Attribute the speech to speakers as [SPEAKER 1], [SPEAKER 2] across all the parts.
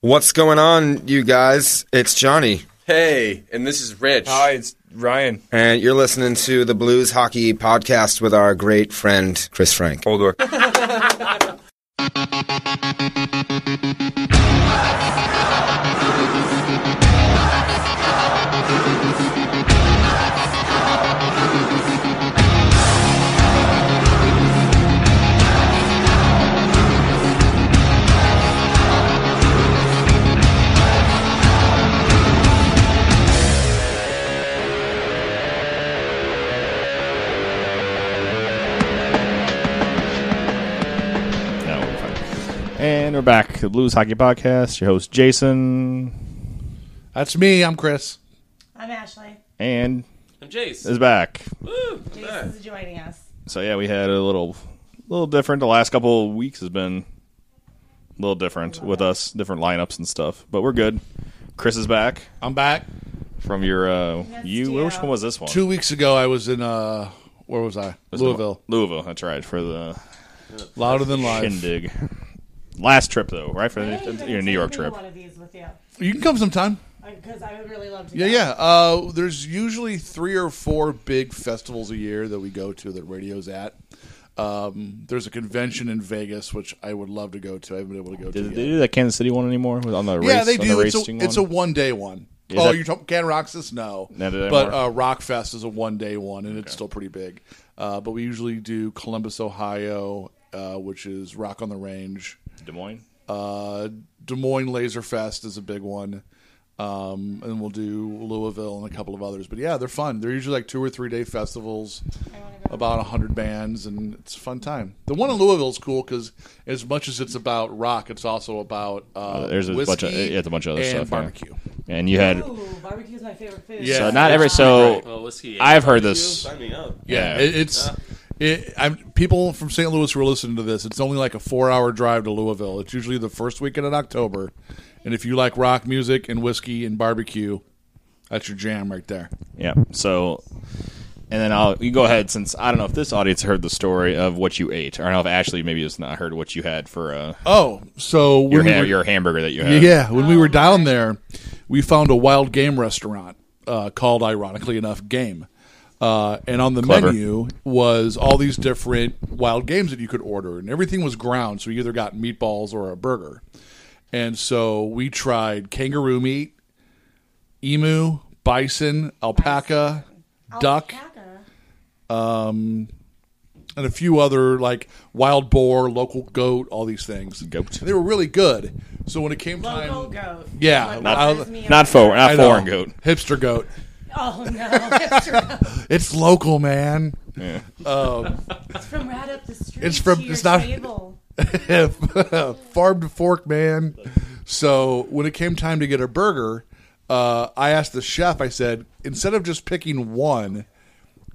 [SPEAKER 1] What's going on, you guys? It's Johnny,
[SPEAKER 2] Hey, and this is Rich.
[SPEAKER 3] Hi, it's Ryan.
[SPEAKER 1] and you're listening to the Blues Hockey Podcast with our great friend, Chris Frank.
[SPEAKER 3] Oldor.
[SPEAKER 4] No, we're fine. And we're back. The Blues Hockey Podcast. Your host Jason
[SPEAKER 5] That's me. I'm Chris.
[SPEAKER 6] I'm Ashley.
[SPEAKER 4] and
[SPEAKER 2] I'm Jace.
[SPEAKER 4] is back.
[SPEAKER 6] Jason's joining us.
[SPEAKER 4] So yeah, we had a little, little different. The last couple of weeks has been a little different with us, different lineups and stuff. But we're good. Chris is back
[SPEAKER 5] I'm back.
[SPEAKER 4] from your uh,
[SPEAKER 6] That's
[SPEAKER 4] you.
[SPEAKER 6] Dio.
[SPEAKER 4] Which one was this one?
[SPEAKER 5] Two weeks ago, I was in uh, where was I?
[SPEAKER 4] This one-
[SPEAKER 5] Louisville.
[SPEAKER 4] Louisville. That's right for the
[SPEAKER 5] Louder than live.
[SPEAKER 4] shindig. Last trip though, right for the, your New York
[SPEAKER 6] Take me to
[SPEAKER 4] trip.
[SPEAKER 6] One of these with you,
[SPEAKER 5] You can come sometime.
[SPEAKER 6] because I would really love to.
[SPEAKER 5] Yeah,
[SPEAKER 6] go.
[SPEAKER 5] yeah. Uh, there's usually three or four big festivals a year that we go to that radio's at. Um, there's a convention in Vegas which I would love to go to. I haven't been able to go
[SPEAKER 4] Did
[SPEAKER 5] to.
[SPEAKER 4] they
[SPEAKER 5] yet.
[SPEAKER 4] do that Kansas City one anymore? With- On the race,
[SPEAKER 5] yeah, they
[SPEAKER 4] on the
[SPEAKER 5] do. it's, a,
[SPEAKER 4] racing
[SPEAKER 5] it's a
[SPEAKER 4] one?
[SPEAKER 5] one day one.
[SPEAKER 4] Is
[SPEAKER 5] oh,
[SPEAKER 4] that-
[SPEAKER 5] you're talking Can Roxas? No,
[SPEAKER 4] Not anymore.
[SPEAKER 5] but uh, Rockfest is a one day one, and it's still pretty big. Uh, but we usually do Columbus, Ohio, uh, which is Rock on the Range.
[SPEAKER 4] Des Moines.
[SPEAKER 5] Uh, Des Moines Laser Fest is a big one. Um, and we'll do Louisville and a couple of others. But yeah, they're fun. They're usually like two or three day festivals, about 100 bands, and it's a fun time. The one in Louisville is cool because as much as it's about rock, it's also about uh,
[SPEAKER 4] there's a bunch of-
[SPEAKER 5] whiskey
[SPEAKER 4] yeah, it's a bunch of other
[SPEAKER 5] and
[SPEAKER 4] stuff, yeah.
[SPEAKER 5] barbecue.
[SPEAKER 4] And you had
[SPEAKER 6] Ooh, barbecue's my favorite food.
[SPEAKER 5] Yeah.
[SPEAKER 4] so not every so.
[SPEAKER 2] Well, whiskey.
[SPEAKER 4] I've heard this.
[SPEAKER 2] Sign me up.
[SPEAKER 5] Yeah,
[SPEAKER 4] Yeah.
[SPEAKER 5] it, it's. It, I'm, people from St. Louis who are listening to this, it's only like a four hour drive to Louisville. It's usually the first weekend in October. And if you like rock music and whiskey and barbecue, that's your jam right there.
[SPEAKER 4] Yeah. So, and then I'll you go ahead since I don't know if this audience heard the story of what you ate, or I don't know if Ashley maybe has not heard what you had for uh,
[SPEAKER 5] Oh, so
[SPEAKER 4] your
[SPEAKER 5] when
[SPEAKER 4] ha-
[SPEAKER 5] we were,
[SPEAKER 4] your hamburger that you had.
[SPEAKER 5] yeah, when we were down there, we found a wild game restaurant uh, called, ironically enough, Game. Uh, and on the
[SPEAKER 4] Clever.
[SPEAKER 5] menu was all these different wild games that you could order, and everything was ground, so you either got meatballs or a burger. And so we tried kangaroo meat, emu, bison, alpaca, duck,
[SPEAKER 6] Alpaca.
[SPEAKER 5] and a few other like wild boar, local goat, all these things.
[SPEAKER 4] Goat.
[SPEAKER 5] They were really good. So when it came
[SPEAKER 6] Local
[SPEAKER 5] time,
[SPEAKER 6] goat.
[SPEAKER 5] Yeah,
[SPEAKER 6] What
[SPEAKER 5] not-
[SPEAKER 6] bothers me
[SPEAKER 4] Not
[SPEAKER 6] about-
[SPEAKER 4] foreign, not
[SPEAKER 5] I know.
[SPEAKER 4] foreign goat.
[SPEAKER 5] hipster goat.
[SPEAKER 6] Oh no, it's from-
[SPEAKER 5] It's local, man.
[SPEAKER 4] Yeah.
[SPEAKER 6] it's from right up the street.
[SPEAKER 5] It's from-
[SPEAKER 6] To your
[SPEAKER 5] it's not-
[SPEAKER 6] Table.
[SPEAKER 5] Farm to fork, man. So when it came time to get a burger, uh, I asked the chef. I said, instead of just picking one,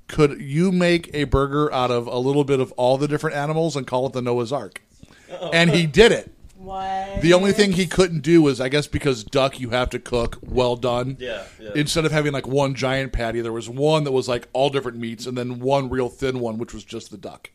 [SPEAKER 5] could you make a burger out of a little bit of all the different animals and call it the Noah's Ark? And he did it.
[SPEAKER 6] What?
[SPEAKER 5] The only thing he couldn't do was, I guess, because duck you have to cook well done.
[SPEAKER 2] Yeah, yeah.
[SPEAKER 5] Instead of having like one giant patty, there was one that was like all different meats, and then one real thin one, which was just the duck.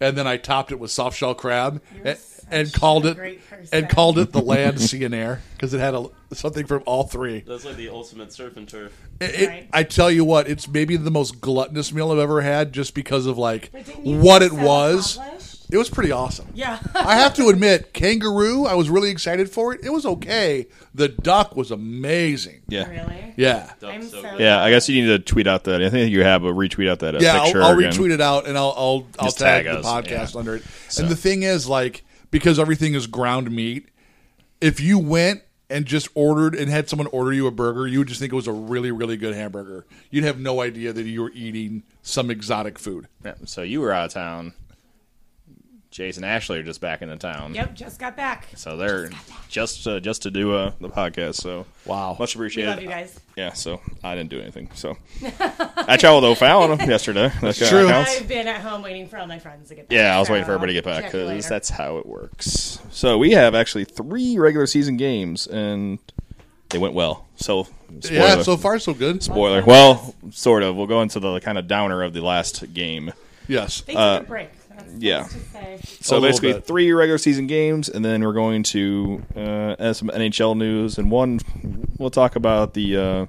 [SPEAKER 5] And then I topped it with soft shell crab and, and
[SPEAKER 6] such
[SPEAKER 5] called
[SPEAKER 6] a
[SPEAKER 5] it
[SPEAKER 6] great person.
[SPEAKER 5] and called it the land sea and air because it had a, something from all three.
[SPEAKER 2] That's like the ultimate surf and turf.
[SPEAKER 5] It- it-
[SPEAKER 6] Right.
[SPEAKER 5] I tell you what, it's maybe the most gluttonous meal I've ever had, just because of like
[SPEAKER 6] But didn't you
[SPEAKER 5] what
[SPEAKER 6] feel
[SPEAKER 5] it
[SPEAKER 6] so
[SPEAKER 5] was.
[SPEAKER 6] accomplished?
[SPEAKER 5] It was pretty awesome.
[SPEAKER 6] Yeah.
[SPEAKER 5] I have to admit, kangaroo, I was really excited for it. It was okay. The duck was amazing.
[SPEAKER 4] Yeah.
[SPEAKER 6] really?
[SPEAKER 5] Yeah.
[SPEAKER 6] I'm so.
[SPEAKER 4] Yeah, I guess you need to tweet out that. I think you have, but retweet out that uh,
[SPEAKER 5] Yeah,
[SPEAKER 4] picture.
[SPEAKER 5] I'll, I'll
[SPEAKER 4] again.
[SPEAKER 5] retweet it out and I'll I'll, I'll
[SPEAKER 4] Just
[SPEAKER 5] tag,
[SPEAKER 4] tag
[SPEAKER 5] the
[SPEAKER 4] us,
[SPEAKER 5] podcast
[SPEAKER 4] yeah.
[SPEAKER 5] under it.
[SPEAKER 4] So-
[SPEAKER 5] And the thing is, like, because everything is ground meat, if you went and just ordered and had someone order you a burger, you would just think it was a really, really good hamburger. You'd have no idea that you were eating some exotic food.
[SPEAKER 4] Yeah, So you were out of town. Jason and Ashley are just back in the town.
[SPEAKER 6] Yep, just got back.
[SPEAKER 4] So they're just uh, just to do uh, the podcast. So
[SPEAKER 5] Wow.
[SPEAKER 4] much
[SPEAKER 6] We
[SPEAKER 4] appreciated.
[SPEAKER 6] love you guys.
[SPEAKER 4] Yeah. So I didn't do anything. So I traveled to O'Fallon yesterday. That's
[SPEAKER 5] true.
[SPEAKER 6] I've been at home waiting for all my friends to get back.
[SPEAKER 4] Yeah, I was
[SPEAKER 6] so
[SPEAKER 4] waiting for everybody to get back
[SPEAKER 6] check you
[SPEAKER 4] because
[SPEAKER 6] later.
[SPEAKER 4] that's how it works. So we have actually three regular season games, and they went well. So spoiler,
[SPEAKER 5] Yeah, so far so good.
[SPEAKER 4] spoiler. Well, sort of. We'll go into the kind of downer of the last game.
[SPEAKER 5] Yes.
[SPEAKER 6] They took a break. That's
[SPEAKER 4] Uh, Yeah.
[SPEAKER 6] that's just say.
[SPEAKER 5] A
[SPEAKER 4] So
[SPEAKER 5] little
[SPEAKER 4] basically,
[SPEAKER 5] bit.
[SPEAKER 4] three regular season games, and then we're going to uh, add some NHL news. And one, we'll talk about the uh,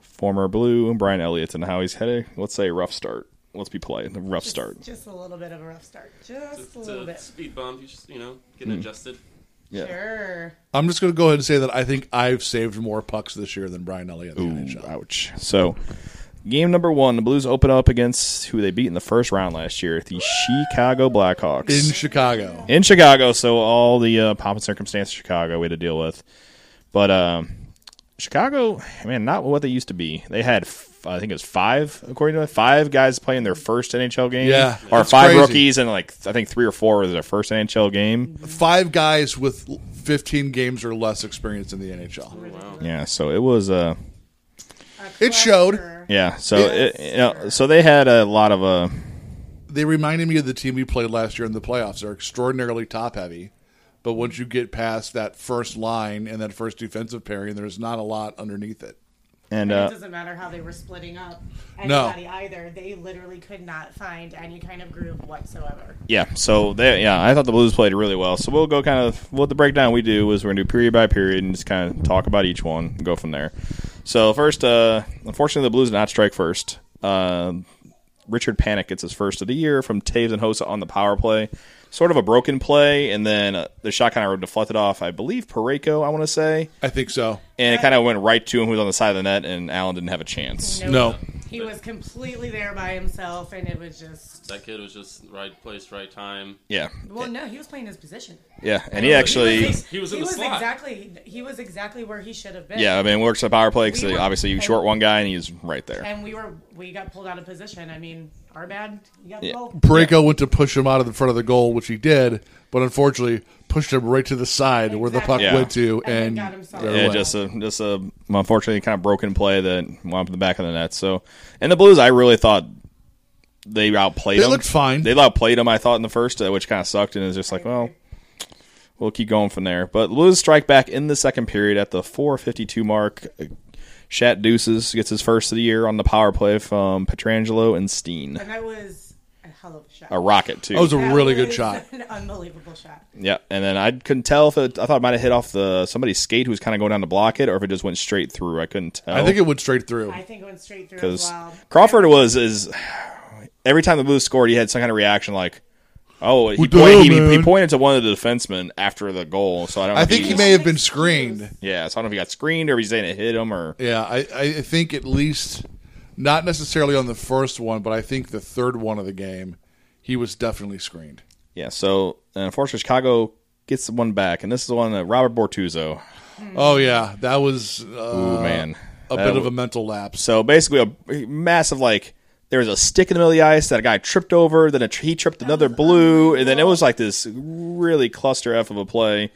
[SPEAKER 4] former Blue and Brian Elliott and how he's had a let's say a rough start. Let's be polite, a rough
[SPEAKER 6] Just-
[SPEAKER 4] start.
[SPEAKER 6] Just a little bit of a rough start. Just
[SPEAKER 2] It's
[SPEAKER 6] a little
[SPEAKER 2] a
[SPEAKER 6] bit.
[SPEAKER 2] speed bump. You just you know getting adjusted.
[SPEAKER 4] Yeah.
[SPEAKER 6] Sure.
[SPEAKER 5] I'm just going to go ahead and say that I think I've saved more pucks this year than Brian Elliott. in the
[SPEAKER 4] Ooh,
[SPEAKER 5] NHL.
[SPEAKER 4] ouch. So, game number one, the Blues open up against who they beat in the first round last year, the Chicago Blackhawks
[SPEAKER 5] In Chicago.
[SPEAKER 4] in Chicago. So all the uh, pomp and circumstance of Chicago we had to deal with. But um, Chicago, man, not what they used to be. They had, f- I think it was five, according to it, five guys playing their first NHL game.
[SPEAKER 5] Yeah,
[SPEAKER 4] or
[SPEAKER 5] that's
[SPEAKER 4] five
[SPEAKER 5] crazy.
[SPEAKER 4] rookies and like I think three or four was their first NHL game.
[SPEAKER 5] Mm-hmm. Five guys with 15 games or less experience in the NHL.
[SPEAKER 4] Yeah, so it was uh
[SPEAKER 6] A
[SPEAKER 5] It showed.
[SPEAKER 6] cluster.
[SPEAKER 4] yeah, so it, you know, so they had a lot of uh
[SPEAKER 5] They reminded me of the team we played last year in the playoffs. They're extraordinarily top heavy, but once you get past that first line and that first defensive pairing, there's not a lot underneath it.
[SPEAKER 4] and
[SPEAKER 6] It
[SPEAKER 4] uh,
[SPEAKER 6] doesn't matter how they were splitting up
[SPEAKER 5] No.
[SPEAKER 6] anybody either. They literally could not find any kind of groove whatsoever.
[SPEAKER 4] Yeah, so they yeah, I thought the Blues played really well. So we'll go kind of what the breakdown we do is we're gonna do period by period and just kind of talk about each one and go from there. So first, uh, unfortunately, the Blues did not strike first. Uh, Richard Panic gets his first of the year from Taves and Hosa on the power play, sort of a broken play, and then uh, the shot kind of deflected off, I believe Pareko, I want to say,
[SPEAKER 5] I think so.
[SPEAKER 4] and it kind of went right to him who was on the side of the net, and Allen didn't have a chance.
[SPEAKER 5] No.
[SPEAKER 6] He was completely there by himself, and it was just.
[SPEAKER 2] That kid was just right place, right time.
[SPEAKER 4] Yeah,
[SPEAKER 6] Well, no, he was playing his position.
[SPEAKER 4] yeah, and he actually.
[SPEAKER 2] He was in the slot.
[SPEAKER 6] exactly. He was exactly where he should have been.
[SPEAKER 4] Yeah, I mean, it works the power play because
[SPEAKER 6] We were-
[SPEAKER 4] obviously you short one guy and he's right there.
[SPEAKER 6] And we were we got pulled out of position. I mean, our bad. You got
[SPEAKER 4] Yeah.
[SPEAKER 6] pulled.
[SPEAKER 5] Pareko went to push him out of the front of the goal, which he did, but unfortunately pushed him right to the side where the puck
[SPEAKER 6] Exactly.
[SPEAKER 5] went to,
[SPEAKER 6] And then
[SPEAKER 5] and,
[SPEAKER 6] got himself.
[SPEAKER 5] there it
[SPEAKER 4] Yeah,
[SPEAKER 5] went.
[SPEAKER 4] just a just a unfortunately kind of broken play that went up in the back of the net. So, and the Blues, I really thought they outplayed.
[SPEAKER 5] They
[SPEAKER 4] them.
[SPEAKER 5] looked fine.
[SPEAKER 4] They outplayed them. I thought in the first, uh, which kind of sucked, and it's just like, well, we'll keep going from there. But Blues strike back in the second period at the 4:52 mark. Shat Deuces gets his first of the year on the power play from Petrangelo and Steen.
[SPEAKER 6] And that was a hell of a shot.
[SPEAKER 4] A rocket too.
[SPEAKER 5] that was a
[SPEAKER 6] That
[SPEAKER 5] really good
[SPEAKER 6] was
[SPEAKER 5] shot.
[SPEAKER 6] An unbelievable shot.
[SPEAKER 4] Yeah, and then I couldn't tell if it. I thought it might have hit off the somebody's skate who was kind of going down to block it, or if it just went straight through. I couldn't tell.
[SPEAKER 5] I think it went straight through.
[SPEAKER 6] I think it went straight through as
[SPEAKER 4] because
[SPEAKER 6] well.
[SPEAKER 4] Crawford was is every time the Blues scored, he had some kind of reaction like, "Oh, he,
[SPEAKER 5] What the
[SPEAKER 4] pointed,
[SPEAKER 5] hell,
[SPEAKER 4] he, he
[SPEAKER 5] man?
[SPEAKER 4] pointed to one of the defensemen after the goal." So I don't. Know
[SPEAKER 5] I
[SPEAKER 4] if
[SPEAKER 5] think he
[SPEAKER 4] was-
[SPEAKER 5] may have been screened.
[SPEAKER 4] Yeah, so I don't know if he got screened or if he's saying it hit him or.
[SPEAKER 5] Yeah, I, I think at least not necessarily on the first one, but I think the third one of the game, he was definitely screened.
[SPEAKER 4] Yeah, so uh, unfortunately, Chicago gets the one back, and this is the one that Robert Bortuzzo.
[SPEAKER 2] Mm.
[SPEAKER 5] Oh yeah, that was uh,
[SPEAKER 4] Ooh man,
[SPEAKER 5] a
[SPEAKER 4] That
[SPEAKER 5] bit of
[SPEAKER 4] w-
[SPEAKER 5] a mental lapse.
[SPEAKER 4] So basically, a massive like there was a stick in the middle of the ice that a guy tripped over. Then a, tr- he tripped another blue, and then it was like this really cluster f of a play.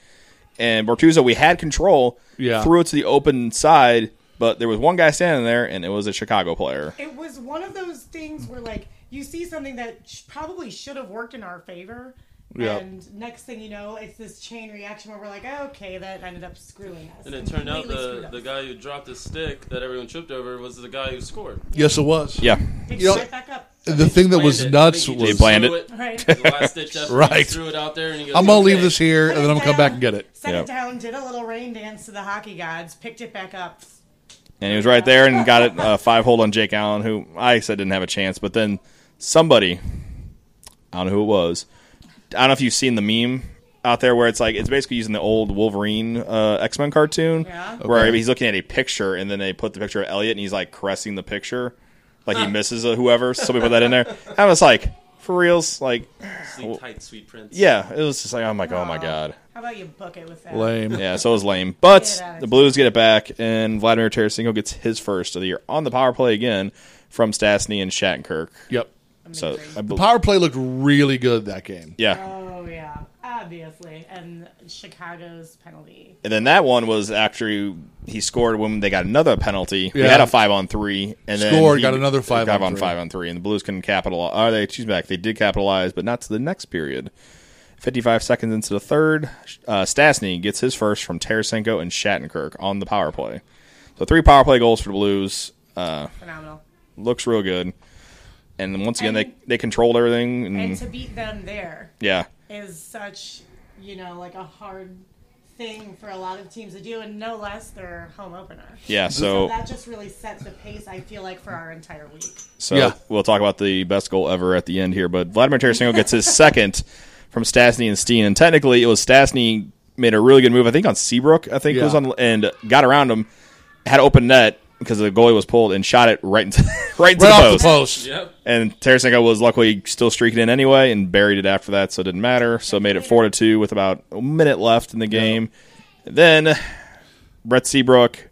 [SPEAKER 4] And Bortuzzo, we had control,
[SPEAKER 5] Yeah.
[SPEAKER 4] threw it to the open side, but there was one guy standing there, and it was a Chicago player.
[SPEAKER 6] It was one of those things where like you see something that sh- probably should have worked in our favor.
[SPEAKER 5] Yeah.
[SPEAKER 6] And next thing you know, it's this chain reaction where we're like, oh, okay, that ended up screwing us.
[SPEAKER 2] And it turned out
[SPEAKER 6] Completely screwed
[SPEAKER 2] the
[SPEAKER 6] us.
[SPEAKER 2] the guy who dropped his stick that everyone tripped over was the guy who scored.
[SPEAKER 5] Yes, it was.
[SPEAKER 4] Yeah,
[SPEAKER 6] Picked
[SPEAKER 5] you know-
[SPEAKER 6] right back up.
[SPEAKER 5] The thing that was
[SPEAKER 2] Planned it. I think
[SPEAKER 5] nuts
[SPEAKER 2] he just
[SPEAKER 5] was
[SPEAKER 4] They planned
[SPEAKER 2] threw
[SPEAKER 4] it.
[SPEAKER 6] Right.
[SPEAKER 2] The last ditch effort, he
[SPEAKER 5] Right.
[SPEAKER 2] Threw it out there, and he goes,
[SPEAKER 5] I'm gonna leave
[SPEAKER 2] "Okay."
[SPEAKER 5] this here, and then I'm gonna come back and get it.
[SPEAKER 6] Set
[SPEAKER 4] Yep.
[SPEAKER 6] it down, did a little rain dance to the hockey gods, picked it back up.
[SPEAKER 4] and he was right there and got it uh, five hold on Jake Allen, who I said didn't have a chance. But then somebody, I don't know who it was. I don't know if you've seen the meme out there where it's like it's basically using the old Wolverine uh, X Men cartoon,
[SPEAKER 6] Yeah.
[SPEAKER 4] where
[SPEAKER 5] Okay.
[SPEAKER 4] he's looking at a picture and then they put the picture of Elliot and he's like caressing the picture, like he misses uh whoever. Somebody put that in there. I was like, for reals, like
[SPEAKER 2] Sleep tight, sweet prince.
[SPEAKER 4] yeah, it was just like I'm like, oh my
[SPEAKER 6] Aw.
[SPEAKER 4] god.
[SPEAKER 6] How about you book it with that?
[SPEAKER 5] Lame.
[SPEAKER 4] Yeah, so it was lame. But
[SPEAKER 6] Get out of
[SPEAKER 4] the
[SPEAKER 6] here.
[SPEAKER 4] Blues get it back, and Vladimir Tarasenko gets his first of the year on the power play again from Stastny and Shattenkirk.
[SPEAKER 5] Yep.
[SPEAKER 4] So I
[SPEAKER 6] Amazing.
[SPEAKER 4] bel
[SPEAKER 5] Power play looked really good that game.
[SPEAKER 4] yeah,
[SPEAKER 6] Oh yeah, obviously. And Chicago's penalty.
[SPEAKER 4] and then that one was after he, he scored when they got another penalty. We
[SPEAKER 5] Yeah.
[SPEAKER 4] had a five on three, and then
[SPEAKER 5] Scored,
[SPEAKER 4] he-
[SPEAKER 5] got another five
[SPEAKER 4] five
[SPEAKER 5] on
[SPEAKER 4] on
[SPEAKER 5] three.
[SPEAKER 4] five on three, and the Blues couldn't capitalize. Are they? Excuse me, back. They did capitalize, but not to the next period. Fifty-five seconds into the third, uh, Stastny gets his first from Tarasenko and Shattenkirk on the power play. So three power play goals for the Blues. Uh,
[SPEAKER 6] Phenomenal.
[SPEAKER 4] looks real good. and once again
[SPEAKER 6] And-
[SPEAKER 4] they they controlled everything and,
[SPEAKER 6] and to beat them there
[SPEAKER 4] yeah
[SPEAKER 6] is such, you know, like a hard thing for a lot of teams to do, and no less their home opener.
[SPEAKER 4] yeah so
[SPEAKER 6] So that just really set the pace. I feel like for our entire week.
[SPEAKER 4] so
[SPEAKER 5] Yeah.
[SPEAKER 4] we'll talk about the best goal ever at the end here but Vladimir Tarasenko gets his second from Stastny and Steen and technically it was Stastny made a really good move I think on Seabrook I think
[SPEAKER 5] Yeah.
[SPEAKER 4] was on and got around him had open net because the goalie was pulled and shot it right into right into the
[SPEAKER 5] Right off
[SPEAKER 4] post.
[SPEAKER 5] the post.
[SPEAKER 2] Yep.
[SPEAKER 4] And Tarasenko was luckily still streaking in anyway and buried it after that, so it didn't matter. So it made it four to two with about a minute left in the game. Then Brett Seabrook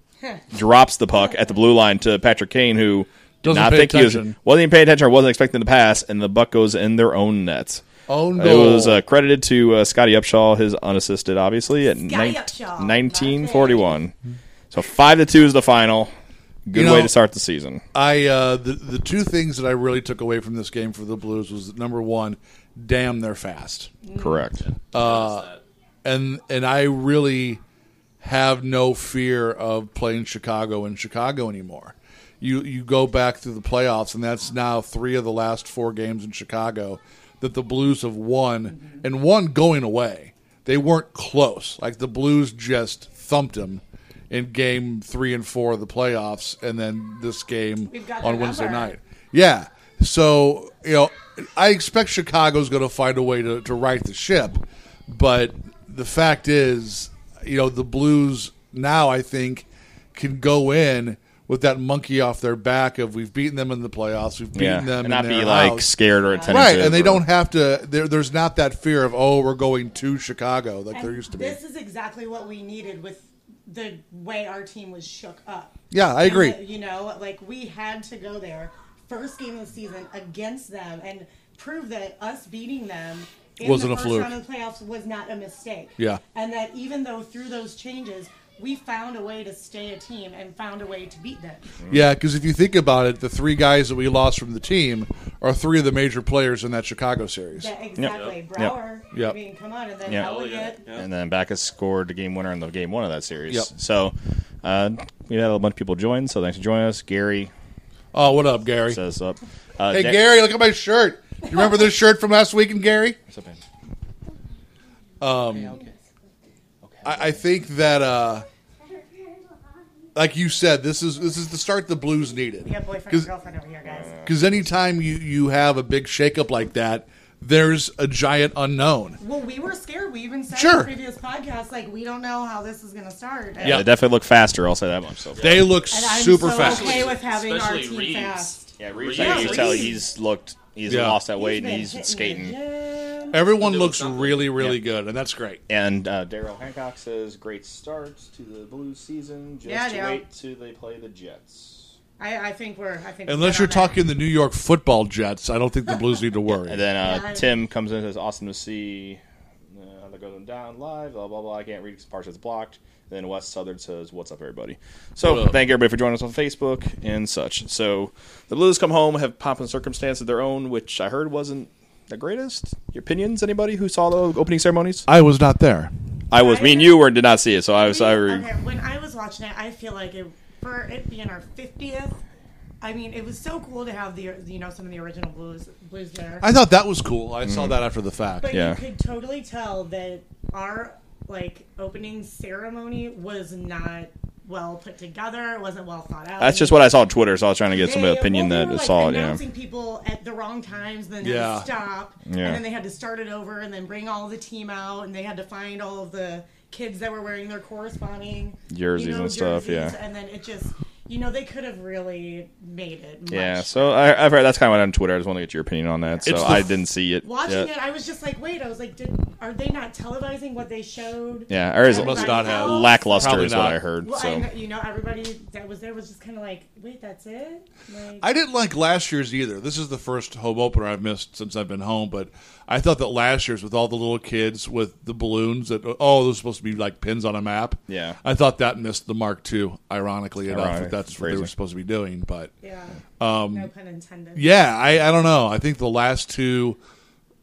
[SPEAKER 4] drops the puck at the blue line to Patrick Kane, who did
[SPEAKER 5] Doesn't
[SPEAKER 4] not
[SPEAKER 5] pay
[SPEAKER 4] think he was
[SPEAKER 5] attention.
[SPEAKER 4] wasn't even paying attention or wasn't expecting the pass, and the buck goes in their own net.
[SPEAKER 5] Oh no!
[SPEAKER 4] It was uh, credited to uh, Scotty Upshaw, his unassisted, obviously at
[SPEAKER 6] Scotty
[SPEAKER 4] nine-
[SPEAKER 6] Upshaw.
[SPEAKER 4] 1941. So five to two is the final. Good
[SPEAKER 5] You know-
[SPEAKER 4] way to start the season.
[SPEAKER 5] I uh, the the two things that I really took away from this game for the Blues was number one, damn they're fast,
[SPEAKER 4] Correct.
[SPEAKER 2] Uh,
[SPEAKER 5] and and I really have no fear of playing Chicago in Chicago anymore. You you go back through the playoffs, and that's now three of the last four games in Chicago that the Blues have won,
[SPEAKER 6] Mm-hmm.
[SPEAKER 5] and one going away. They weren't close. Like the Blues just thumped them in game three and four of the playoffs, and then this game
[SPEAKER 6] We've got
[SPEAKER 5] on
[SPEAKER 6] their
[SPEAKER 5] Wednesday
[SPEAKER 6] number.
[SPEAKER 5] night. Yeah. So, you know, I expect Chicago's going to find a way to, to right the ship. But the fact is, you know, the Blues now, I think, can go in with that monkey off their back of we've beaten them in the playoffs, we've beaten
[SPEAKER 4] yeah,
[SPEAKER 5] them
[SPEAKER 4] and
[SPEAKER 5] in
[SPEAKER 4] not
[SPEAKER 5] their
[SPEAKER 4] be like
[SPEAKER 5] house.
[SPEAKER 4] scared or attentive,
[SPEAKER 5] Right, and they
[SPEAKER 4] or-
[SPEAKER 5] don't have to. There, there's not that fear of oh, we're going to Chicago like there
[SPEAKER 6] And
[SPEAKER 5] used to be.
[SPEAKER 6] this is exactly what we needed with the way our team was shook up.
[SPEAKER 5] Yeah, I agree.
[SPEAKER 6] And, you know, like we had to go there first game of the season against them and prove that us beating them in
[SPEAKER 5] Wasn't a
[SPEAKER 6] the first
[SPEAKER 5] fluke.
[SPEAKER 6] round of the playoffs was not a mistake.
[SPEAKER 5] Yeah.
[SPEAKER 6] and that even though through those changes. We found a way to stay a team and found a way to beat them.
[SPEAKER 5] Yeah, because if you think about it, the three guys that we lost from the team are three of the major players in that Chicago series.
[SPEAKER 6] That exactly.
[SPEAKER 2] Yep.
[SPEAKER 6] Brower,
[SPEAKER 5] Yep.
[SPEAKER 6] I mean, come on, and then
[SPEAKER 4] Yeah.
[SPEAKER 2] Oh,
[SPEAKER 6] Elliott.
[SPEAKER 2] yeah. yeah.
[SPEAKER 4] and then Backus scored the game winner in the game one of that series.
[SPEAKER 5] Yep.
[SPEAKER 4] So uh, we had a bunch of people join. So thanks for joining us. Gary
[SPEAKER 5] Oh, what up, Gary?
[SPEAKER 4] says up. Uh,
[SPEAKER 5] Hey,
[SPEAKER 4] Dan-
[SPEAKER 5] Gary, look at my shirt. You remember this shirt from last week, and Gary? I, I think that, uh, like you said, this is this is the start the Blues needed.
[SPEAKER 6] We got boyfriend and girlfriend over here, guys.
[SPEAKER 5] Because anytime you you have a big shakeup like that, there's a giant unknown.
[SPEAKER 6] Well, we were scared. We even said
[SPEAKER 5] Sure.
[SPEAKER 6] in previous podcasts, like, we don't know how this is going to start. And,
[SPEAKER 4] Yeah, they definitely look faster. I'll say that much. So
[SPEAKER 5] They look
[SPEAKER 6] and I'm
[SPEAKER 5] super
[SPEAKER 6] so
[SPEAKER 5] fast.
[SPEAKER 6] okay with having our
[SPEAKER 2] Especially
[SPEAKER 6] team
[SPEAKER 2] Reeves.
[SPEAKER 6] fast.
[SPEAKER 4] yeah,
[SPEAKER 2] Reeves,
[SPEAKER 6] I can
[SPEAKER 4] you
[SPEAKER 6] Yeah,
[SPEAKER 4] tell
[SPEAKER 6] tell Reeves.
[SPEAKER 4] he's
[SPEAKER 6] he's
[SPEAKER 4] looked. He's
[SPEAKER 5] Yeah.
[SPEAKER 4] lost
[SPEAKER 5] lost
[SPEAKER 4] that weight and he's skating.
[SPEAKER 5] Everyone
[SPEAKER 2] Doing
[SPEAKER 5] looks
[SPEAKER 2] something.
[SPEAKER 5] really, really good, and that's great.
[SPEAKER 4] And uh, Daryl Hancock says, "Great start to the Blues season. Just
[SPEAKER 6] Yeah, Daryl.
[SPEAKER 4] wait till they play the Jets."
[SPEAKER 6] I, I think we're. I think we're
[SPEAKER 5] Unless
[SPEAKER 6] good
[SPEAKER 5] you're
[SPEAKER 6] on that.
[SPEAKER 5] talking the New York Football Jets, I don't think the Blues need to
[SPEAKER 4] And
[SPEAKER 5] worry.
[SPEAKER 4] then uh,
[SPEAKER 6] Yeah, I-
[SPEAKER 4] Tim comes in and says, awesome to see. Uh, that goes down live, blah, blah, blah. I can't read because parts is blocked. And then Wes Southard says, what's up, everybody? So
[SPEAKER 5] What up?
[SPEAKER 4] thank everybody for joining us on Facebook and such. So the Blues come home, have pomp and circumstance of their own, which I heard wasn't the greatest. Your opinions, anybody who saw the opening ceremonies?
[SPEAKER 5] I was not there.
[SPEAKER 4] I was. Me and you were did not see it, so I was. I
[SPEAKER 6] We- okay, when I was watching it, I feel like it, for it being our 50th, I mean, it was so cool to have the you know some of the original blues blues there.
[SPEAKER 5] I thought that was cool. I
[SPEAKER 6] Mm.
[SPEAKER 5] saw that after the fact.
[SPEAKER 6] But
[SPEAKER 4] Yeah.
[SPEAKER 6] you could totally tell that our like opening ceremony was not well put together. It wasn't well thought out.
[SPEAKER 4] That's just what I saw on Twitter, so I was trying to get some
[SPEAKER 6] They-
[SPEAKER 4] opinion
[SPEAKER 6] well, they
[SPEAKER 4] that
[SPEAKER 6] were, like,
[SPEAKER 4] saw it. Yeah.
[SPEAKER 6] announcing people at the wrong times, then they
[SPEAKER 5] Yeah.
[SPEAKER 6] had to stop,
[SPEAKER 4] Yeah.
[SPEAKER 6] and then they had to start it over, and then bring all the team out, and they had to find all of the kids that were wearing their corresponding
[SPEAKER 4] Jerseys and stuff, yeah.
[SPEAKER 6] and then it just. You know they could have really made it. Much.
[SPEAKER 4] Yeah, so I, I've heard that's kind of what on Twitter. I just want to get your opinion on that. So
[SPEAKER 5] It's the-
[SPEAKER 4] I didn't see it.
[SPEAKER 6] watching
[SPEAKER 4] yet.
[SPEAKER 6] it, I was just like, wait. I was like, did are they not televising what they showed?
[SPEAKER 4] Yeah, ours
[SPEAKER 6] It
[SPEAKER 5] must not have.
[SPEAKER 4] lackluster
[SPEAKER 5] Probably
[SPEAKER 4] is what
[SPEAKER 5] not.
[SPEAKER 4] I heard.
[SPEAKER 6] Well,
[SPEAKER 4] so
[SPEAKER 6] and, you know, everybody that was there was just kind of like, wait, that's it. Like,
[SPEAKER 5] I didn't like last year's either. This is the first home opener I've missed since I've been home, but I thought that last year's with all the little kids with the balloons that oh, those are supposed to be like pins on a map.
[SPEAKER 4] Yeah.
[SPEAKER 5] I thought that missed the mark too, ironically enough,
[SPEAKER 4] Ironic.
[SPEAKER 5] that that's what
[SPEAKER 4] Phrasing.
[SPEAKER 5] they were supposed to be doing. But
[SPEAKER 6] yeah. Um, no pun intended.
[SPEAKER 5] yeah, I, I don't know. I think the last two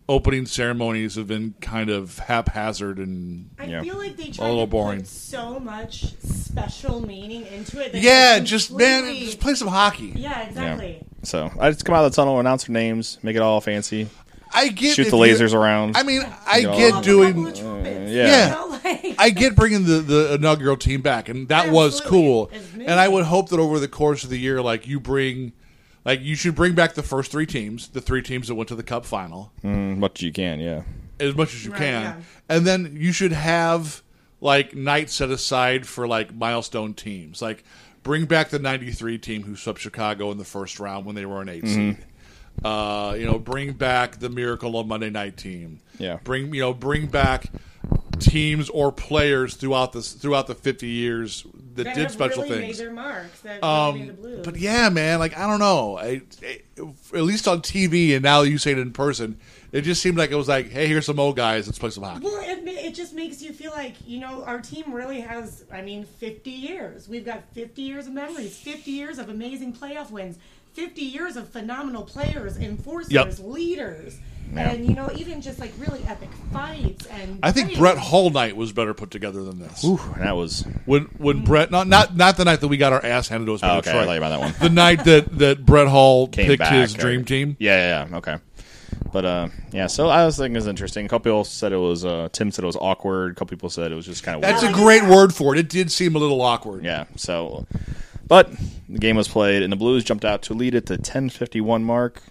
[SPEAKER 5] opening ceremonies have been kind of haphazard and
[SPEAKER 6] I
[SPEAKER 4] Yeah.
[SPEAKER 6] feel like they tried
[SPEAKER 5] little
[SPEAKER 6] to
[SPEAKER 5] boring.
[SPEAKER 6] put so much special meaning into it. That
[SPEAKER 5] Yeah,
[SPEAKER 6] it
[SPEAKER 5] just man,
[SPEAKER 6] completely-
[SPEAKER 5] just play some hockey.
[SPEAKER 6] yeah, exactly.
[SPEAKER 4] So I just come out of the tunnel, announce their names, make it all fancy,
[SPEAKER 5] I get
[SPEAKER 4] shoot
[SPEAKER 5] if
[SPEAKER 4] the
[SPEAKER 5] you-
[SPEAKER 4] lasers around.
[SPEAKER 5] I mean, I
[SPEAKER 4] Y'all-
[SPEAKER 5] get doing.
[SPEAKER 6] Couple of trumpets,
[SPEAKER 4] yeah.
[SPEAKER 5] Yeah.
[SPEAKER 6] You know, like,
[SPEAKER 5] I get bringing the, the inaugural team back, and that was
[SPEAKER 6] Absolutely.
[SPEAKER 5] cool.
[SPEAKER 6] It's new.
[SPEAKER 5] And I would hope that over the course of the year, like you bring, like you should bring back the first three teams, the three teams that went to the Cup final,
[SPEAKER 4] mm, much you can. Yeah,
[SPEAKER 5] as much as you
[SPEAKER 6] Right,
[SPEAKER 5] can,
[SPEAKER 6] yeah.
[SPEAKER 5] and then you should have like nights set aside for like milestone teams, like bring back the '93 team who swept Chicago in the first round when they were an 8 seed. Uh, you know, bring back the miracle of Monday night team.
[SPEAKER 4] Yeah.
[SPEAKER 5] bring you know, bring back teams or players throughout this throughout the 50 years that,
[SPEAKER 6] that
[SPEAKER 5] did
[SPEAKER 6] have
[SPEAKER 5] special
[SPEAKER 6] really
[SPEAKER 5] things.
[SPEAKER 6] Made their marks. That really made the blues.
[SPEAKER 5] Um, But yeah, man, like I don't know. I, I- at least on TV and now you say it in person, it just seemed like it was like, hey, here's some old guys, let's play some hockey.
[SPEAKER 6] Well, it, ma- it just makes you feel like, you know, our team really has, I mean, 50 years. We've got 50 years of memories, 50 years of amazing playoff wins, 50 years of phenomenal players, enforcers,
[SPEAKER 5] Yep.
[SPEAKER 6] leaders,
[SPEAKER 4] Yeah.
[SPEAKER 6] and, you know, even just like really epic fights. And
[SPEAKER 5] I think
[SPEAKER 6] plays.
[SPEAKER 5] Brett Hall night was better put together than this.
[SPEAKER 4] and that was
[SPEAKER 5] When when Brett not not not the night that we got our ass handed to us by
[SPEAKER 4] oh, okay. I
[SPEAKER 5] Detroit.
[SPEAKER 4] thought about that one.
[SPEAKER 5] the night that that Brett Hall
[SPEAKER 4] Came
[SPEAKER 5] picked
[SPEAKER 4] back,
[SPEAKER 5] his
[SPEAKER 4] or-
[SPEAKER 5] dream team.
[SPEAKER 4] Yeah, yeah, yeah. Okay. But uh, yeah, so I was thinking it was interesting. A couple people said it was uh, Tim said it was awkward. A couple people said it was just kind of
[SPEAKER 5] That's
[SPEAKER 4] weird.
[SPEAKER 5] a great word for it. It did seem a little awkward.
[SPEAKER 4] yeah. So, but the game was played, and the Blues jumped out to lead at the 10:51 mark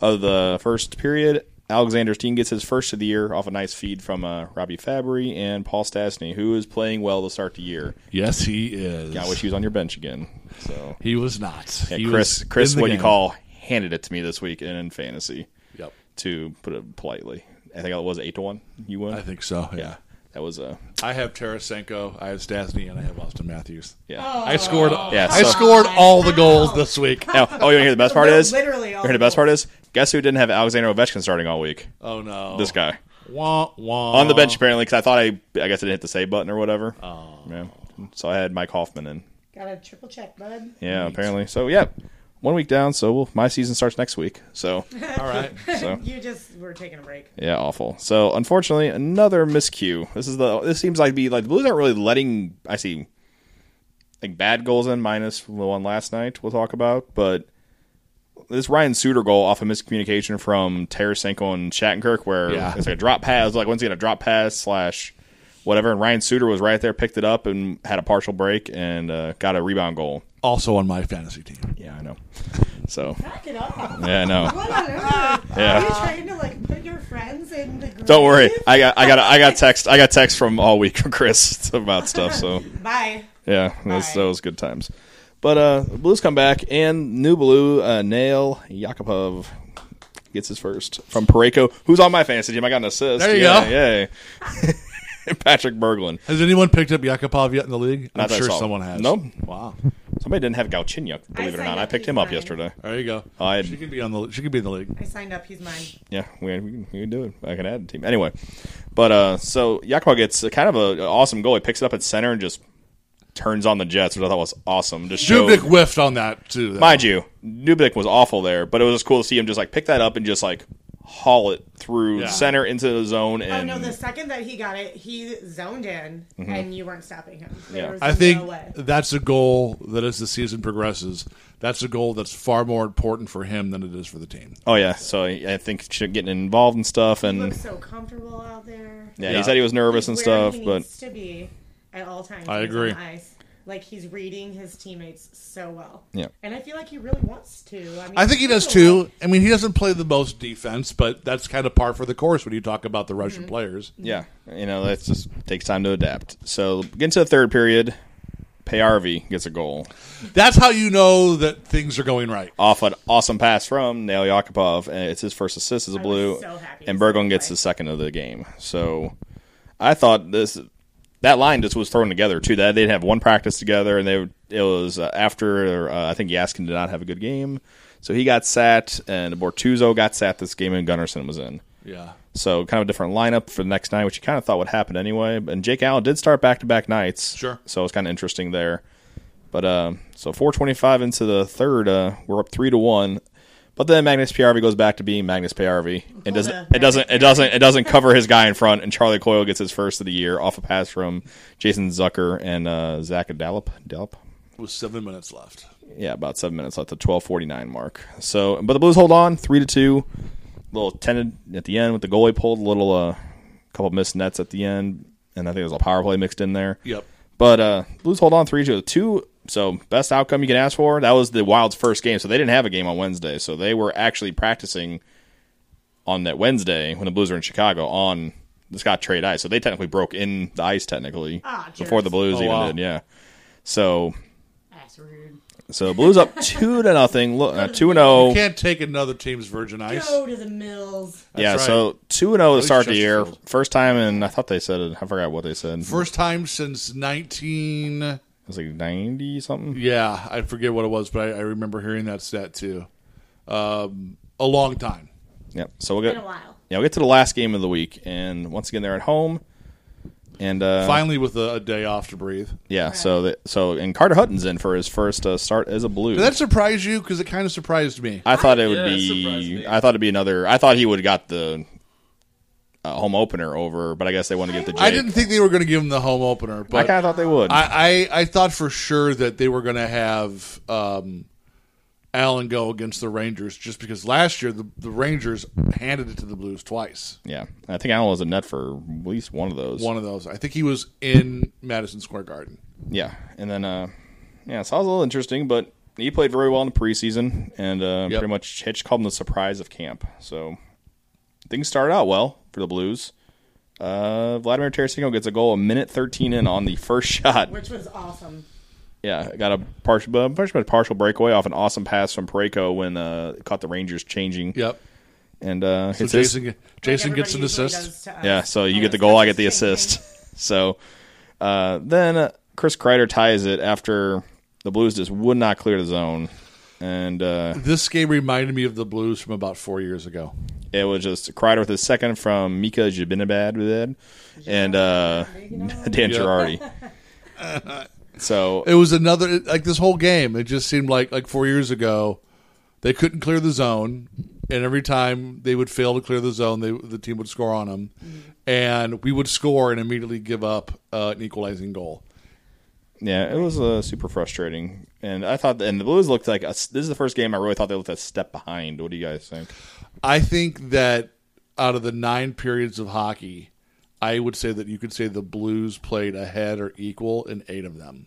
[SPEAKER 4] of the first period. Alexander Steen gets his first of the year off a nice feed from uh, Robbie Fabry and Paul Stastny, who is playing well to start the year.
[SPEAKER 5] Yes, he is.
[SPEAKER 4] I wish he was on your bench again. So,
[SPEAKER 5] he was not.
[SPEAKER 4] yeah,
[SPEAKER 5] He
[SPEAKER 4] Chris,
[SPEAKER 5] was
[SPEAKER 4] Chris,
[SPEAKER 5] in the
[SPEAKER 4] what do you
[SPEAKER 5] game.
[SPEAKER 4] call handed it to me this week in, in fantasy?
[SPEAKER 5] Yep,
[SPEAKER 4] to put it politely. I think it was eight to one. You won.
[SPEAKER 5] I think so. Yeah.
[SPEAKER 4] that was uh, a
[SPEAKER 5] I have Tarasenko, I have Stasny, and I have Austin Matthews.
[SPEAKER 4] yeah.
[SPEAKER 5] I scored.
[SPEAKER 4] Yeah,
[SPEAKER 5] I
[SPEAKER 4] so-
[SPEAKER 5] scored all the goals
[SPEAKER 6] Wow.
[SPEAKER 5] this week.
[SPEAKER 4] Now- oh, you want to hear the best part
[SPEAKER 6] No,
[SPEAKER 4] is?
[SPEAKER 6] literally all
[SPEAKER 4] You hear the
[SPEAKER 6] the
[SPEAKER 4] best part is? Guess who didn't have Alexander Ovechkin starting all week?
[SPEAKER 5] Oh no,
[SPEAKER 4] This guy
[SPEAKER 5] Wah, wah.
[SPEAKER 4] on the bench apparently because I thought I I guess I didn't hit the save button or whatever. Oh, yeah. So I had Mike Hoffman in.
[SPEAKER 6] Gotta triple check, bud.
[SPEAKER 4] Yeah, apparently. So yeah, one week down. So we'll, my season starts next week. So
[SPEAKER 5] All right.
[SPEAKER 4] So-
[SPEAKER 6] you just were taking a break.
[SPEAKER 4] yeah, awful. So unfortunately, another miscue. This is the this seems like be like the Blues aren't really letting I see like bad goals in minus the one last night we'll talk about, but this Ryan Suter goal off a miscommunication from Tarasenko and Shattenkirk where
[SPEAKER 5] Yeah.
[SPEAKER 4] it's like a drop pass, like once he had a drop pass slash whatever, and Ryan Suter was right there, picked it up and had a partial break and uh, got a rebound goal.
[SPEAKER 5] Also on my fantasy team.
[SPEAKER 4] Yeah, I know. So
[SPEAKER 6] Back it up.
[SPEAKER 4] yeah, I know.
[SPEAKER 6] What on earth?
[SPEAKER 4] Yeah.
[SPEAKER 6] Are you trying to like put your friends in the group?
[SPEAKER 4] Don't worry, I got I got I got text I got text from all week from Chris about stuff. So
[SPEAKER 6] Bye.
[SPEAKER 4] Yeah, those,
[SPEAKER 6] Bye.
[SPEAKER 4] those good times. But uh, Blues come back, and new blue uh, Nail Yakupov gets his first from Pareko, who's on my fantasy team. I got an assist.
[SPEAKER 5] There you
[SPEAKER 4] yeah,
[SPEAKER 5] go.
[SPEAKER 4] Yay. Patrick Berglund.
[SPEAKER 5] Has anyone picked up Yakupov yet in the league? I'm
[SPEAKER 4] Not that I
[SPEAKER 5] sure
[SPEAKER 4] saw.
[SPEAKER 5] someone has.
[SPEAKER 4] Nope.
[SPEAKER 5] Wow.
[SPEAKER 4] Somebody didn't have Galchenyuk, believe it or
[SPEAKER 6] signed
[SPEAKER 4] not. I
[SPEAKER 6] up
[SPEAKER 4] picked
[SPEAKER 6] to
[SPEAKER 4] him up
[SPEAKER 6] mine.
[SPEAKER 4] yesterday.
[SPEAKER 5] There you go.
[SPEAKER 4] I had-
[SPEAKER 5] she could be on the. She could be in the league.
[SPEAKER 6] I signed up. He's mine.
[SPEAKER 4] Yeah, we, we, can- we can do it. I can add a team. Anyway, but uh, so Yakupov gets a, kind of a, an awesome goal. He picks it up at center and just turns on the Jets, which I thought was awesome. Just showed-
[SPEAKER 5] Dubnik whiffed on that too. though.
[SPEAKER 4] Mind you, Nubnik was awful there, but it was just cool to see him just like pick that up and just like haul it through
[SPEAKER 5] Yeah.
[SPEAKER 4] center into the zone.
[SPEAKER 6] Oh
[SPEAKER 4] And Mm-hmm.
[SPEAKER 6] no! The second that he got it, he zoned in, and you weren't stopping him. There
[SPEAKER 4] Yeah.
[SPEAKER 6] was
[SPEAKER 5] I think
[SPEAKER 6] no way.
[SPEAKER 5] that's a goal that as the season progresses, that's a goal that's far more important for him than it is for the team.
[SPEAKER 4] oh yeah, so I I think she- getting involved and stuff,
[SPEAKER 6] He
[SPEAKER 4] and
[SPEAKER 6] looked so comfortable out there.
[SPEAKER 4] yeah,
[SPEAKER 5] Yeah.
[SPEAKER 4] he said he was nervous and
[SPEAKER 6] Where
[SPEAKER 4] stuff,
[SPEAKER 6] he
[SPEAKER 4] but
[SPEAKER 6] needs to be at all times.
[SPEAKER 5] I
[SPEAKER 6] when he's
[SPEAKER 5] agree.
[SPEAKER 6] On the ice. Like he's reading his teammates so well.
[SPEAKER 4] Yeah.
[SPEAKER 6] And I feel like he really wants to. I, mean,
[SPEAKER 5] I think he does
[SPEAKER 6] he's really-
[SPEAKER 5] too. I mean, he doesn't play the most defense, but that's kind of par for the course when you talk about the
[SPEAKER 6] Mm-hmm.
[SPEAKER 5] Russian players.
[SPEAKER 4] yeah, you know that just takes time to adapt. So getting to the third period, Payarvi gets a goal
[SPEAKER 5] That's how you know that things are going right.
[SPEAKER 4] off an awesome pass from Nail Yakupov, and it's his first assist as a
[SPEAKER 6] was
[SPEAKER 4] blue.
[SPEAKER 6] so happy
[SPEAKER 4] and
[SPEAKER 6] to see
[SPEAKER 4] Berglund
[SPEAKER 6] him
[SPEAKER 4] gets
[SPEAKER 6] play.
[SPEAKER 4] the second of the game. So I thought this that line just was thrown together too. That they didn't have one practice together, and they were- it was uh, after uh, I think Yaskin did not have a good game, so he got sat, and Bortuzzo got sat this game, and Gunnarsson was in.
[SPEAKER 5] Yeah.
[SPEAKER 4] So kind of a different lineup for the next night, which you kind of thought would happen anyway. And Jake Allen did start back to back nights,
[SPEAKER 5] Sure.
[SPEAKER 4] So it was kind of interesting there. But uh, so 425 into the third, uh, we're up three to one. But then Magnus Piarvi goes back to being Magnus Piarvi. It doesn't. It doesn't. It doesn't. It doesn't cover his guy in front. And Charlie Coyle gets his first of the year off a pass from Jason Zucker and uh, Zach Dallup. Dallup.
[SPEAKER 5] With seven minutes left.
[SPEAKER 4] yeah, about seven minutes left, the twelve forty nine mark. So, but the Blues hold on three to two. Little tented at the end with the goalie pulled, a little uh, couple missed nets at the end, and I think there's a power play mixed in there.
[SPEAKER 5] Yep.
[SPEAKER 4] But uh, Blues hold on three to two. So best outcome you can ask for. That was the Wild's first game, so they didn't have a game on Wednesday. So they were actually practicing on that Wednesday when the Blues were in Chicago on the Scott trade ice. So they technically broke in the ice technically
[SPEAKER 6] Ah, jerks.
[SPEAKER 4] before the Blues
[SPEAKER 5] Oh,
[SPEAKER 4] even
[SPEAKER 5] wow.
[SPEAKER 4] did. Yeah. So
[SPEAKER 6] That's rude.
[SPEAKER 4] so Blues up two to nothing. Look, uh, two and zero.
[SPEAKER 5] Can't take another team's Virgin Ice.
[SPEAKER 6] Go to the mills.
[SPEAKER 4] Yeah,
[SPEAKER 5] right.
[SPEAKER 4] so two and zero to
[SPEAKER 5] least
[SPEAKER 4] start the year.
[SPEAKER 5] Chesterfield.
[SPEAKER 4] First time, and I thought they said it. I forgot what they said. it
[SPEAKER 5] First time since 19.
[SPEAKER 4] was like ninety something.
[SPEAKER 5] Yeah, I forget what it was, but I, I remember hearing that stat too. Um, a long time.
[SPEAKER 4] Yep. So we'll get
[SPEAKER 6] Been a while.
[SPEAKER 4] Yeah, we'll get to the last game of the week, and once again they're at home. And uh,
[SPEAKER 5] Finally, with a, a day off to breathe.
[SPEAKER 4] yeah, so that, so and Carter Hutton's in for his first uh, start as a Blue.
[SPEAKER 5] Did that surprise you? Because it kind of surprised me.
[SPEAKER 4] I thought it would
[SPEAKER 2] Yeah, it surprised
[SPEAKER 4] be.
[SPEAKER 2] me.
[SPEAKER 4] I thought it'd be another. I thought he would have got the uh, home opener over, but I guess they want to get the. Jake.
[SPEAKER 5] I didn't think they were going to give him the home opener,
[SPEAKER 4] I
[SPEAKER 5] but
[SPEAKER 4] kind of thought they would.
[SPEAKER 5] I, I, I thought for sure that they were going to have um, Allen go against the Rangers just because last year the, the Rangers handed it to the Blues twice.
[SPEAKER 4] yeah, I think Allen was in net for at least one of those.
[SPEAKER 5] One of those. I think he was in Madison Square Garden.
[SPEAKER 4] Yeah, and then uh, yeah, so that was a little interesting, but he played very well in the preseason, and uh,
[SPEAKER 5] Yep.
[SPEAKER 4] pretty much Hitch called him the surprise of camp. So things started out well for the Blues. Uh, Vladimir Tarasenko gets a goal a minute thirteen in on the first shot.
[SPEAKER 6] Which was awesome.
[SPEAKER 4] Yeah, got a partial, uh, partial, partial breakaway off an awesome pass from Pareko when uh, caught the Rangers changing.
[SPEAKER 5] Yep.
[SPEAKER 4] and uh,
[SPEAKER 5] So
[SPEAKER 4] hits his-
[SPEAKER 5] Jason Jason gets an assist.
[SPEAKER 4] yeah, so
[SPEAKER 6] oh,
[SPEAKER 4] you get the goal, I get the assist. So uh, then uh, Chris Kreider ties it after the Blues just would not clear the zone, and uh,
[SPEAKER 5] This game reminded me of the Blues from about four years ago.
[SPEAKER 4] it was just Kreider with his second from Mika Jibinabad and uh, Dan Girardi. so
[SPEAKER 5] It was another it- like this whole game. It just seemed like like four years ago, they couldn't clear the zone, and every time they would fail to clear the zone, they the team would score on them, and we would score and immediately give up uh, an equalizing goal.
[SPEAKER 4] yeah, it was uh, super frustrating. And I thought, and the Blues looked like a, this is the first game I really thought they looked a step behind. What do you guys think?
[SPEAKER 5] I think that out of the nine periods of hockey, I would say that you could say the Blues played ahead or equal in eight of them.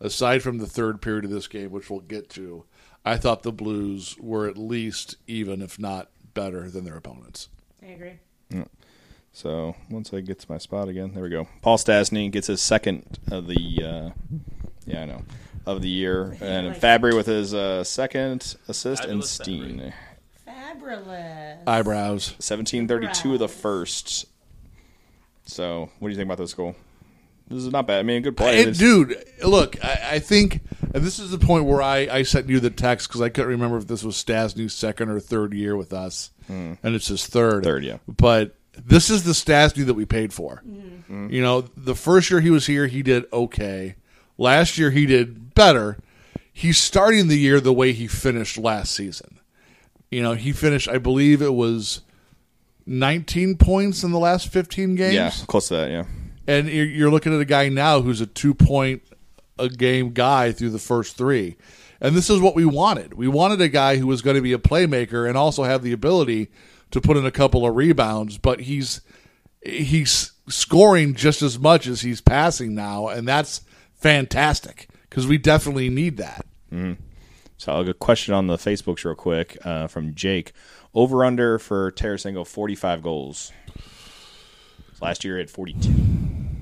[SPEAKER 5] Aside from the third period of this game, which we'll get to, I thought the Blues were at least even, if not better, than their opponents.
[SPEAKER 6] I agree.
[SPEAKER 4] So once I get to my spot again, there we go. Paul Stasny gets his second of the, uh, yeah, I know, of the year, and Fabry with his uh, second assist, and
[SPEAKER 2] Fabulous
[SPEAKER 4] Steen,
[SPEAKER 2] Fabry.
[SPEAKER 6] Fabulous.
[SPEAKER 5] Uh, Eyebrows.
[SPEAKER 4] seventeen thirty-two of the first. So what do you think about this goal? This is not bad. I mean, good play.
[SPEAKER 5] It,
[SPEAKER 4] It's-
[SPEAKER 5] dude, look, I, I think and this is the point where I, I sent you the text because I couldn't remember if this was Stasny's second or third year with us, and it's his third.
[SPEAKER 4] Hmm. Third, yeah.
[SPEAKER 5] But this is the Stasny that we paid for.
[SPEAKER 4] Mm-hmm.
[SPEAKER 5] You know, the first year he was here, he did okay. Last year, he did better. He's starting the year the way he finished last season. You know, he finished, I believe it was 19 points in the last 15 games.
[SPEAKER 4] yeah, close to that. Yeah,
[SPEAKER 5] And you're- you're looking at a guy now who's a two point a game guy through the first three. And this is what we wanted. We wanted a guy who was going to be a playmaker and also have the ability to put in a couple of rebounds, but he's he's scoring just as much as he's passing now, and that's fantastic because we definitely need that.
[SPEAKER 4] So I'll get a question on the Facebooks real quick uh, from Jake. Over under for Tarasenko forty five goals. Last year he had forty two.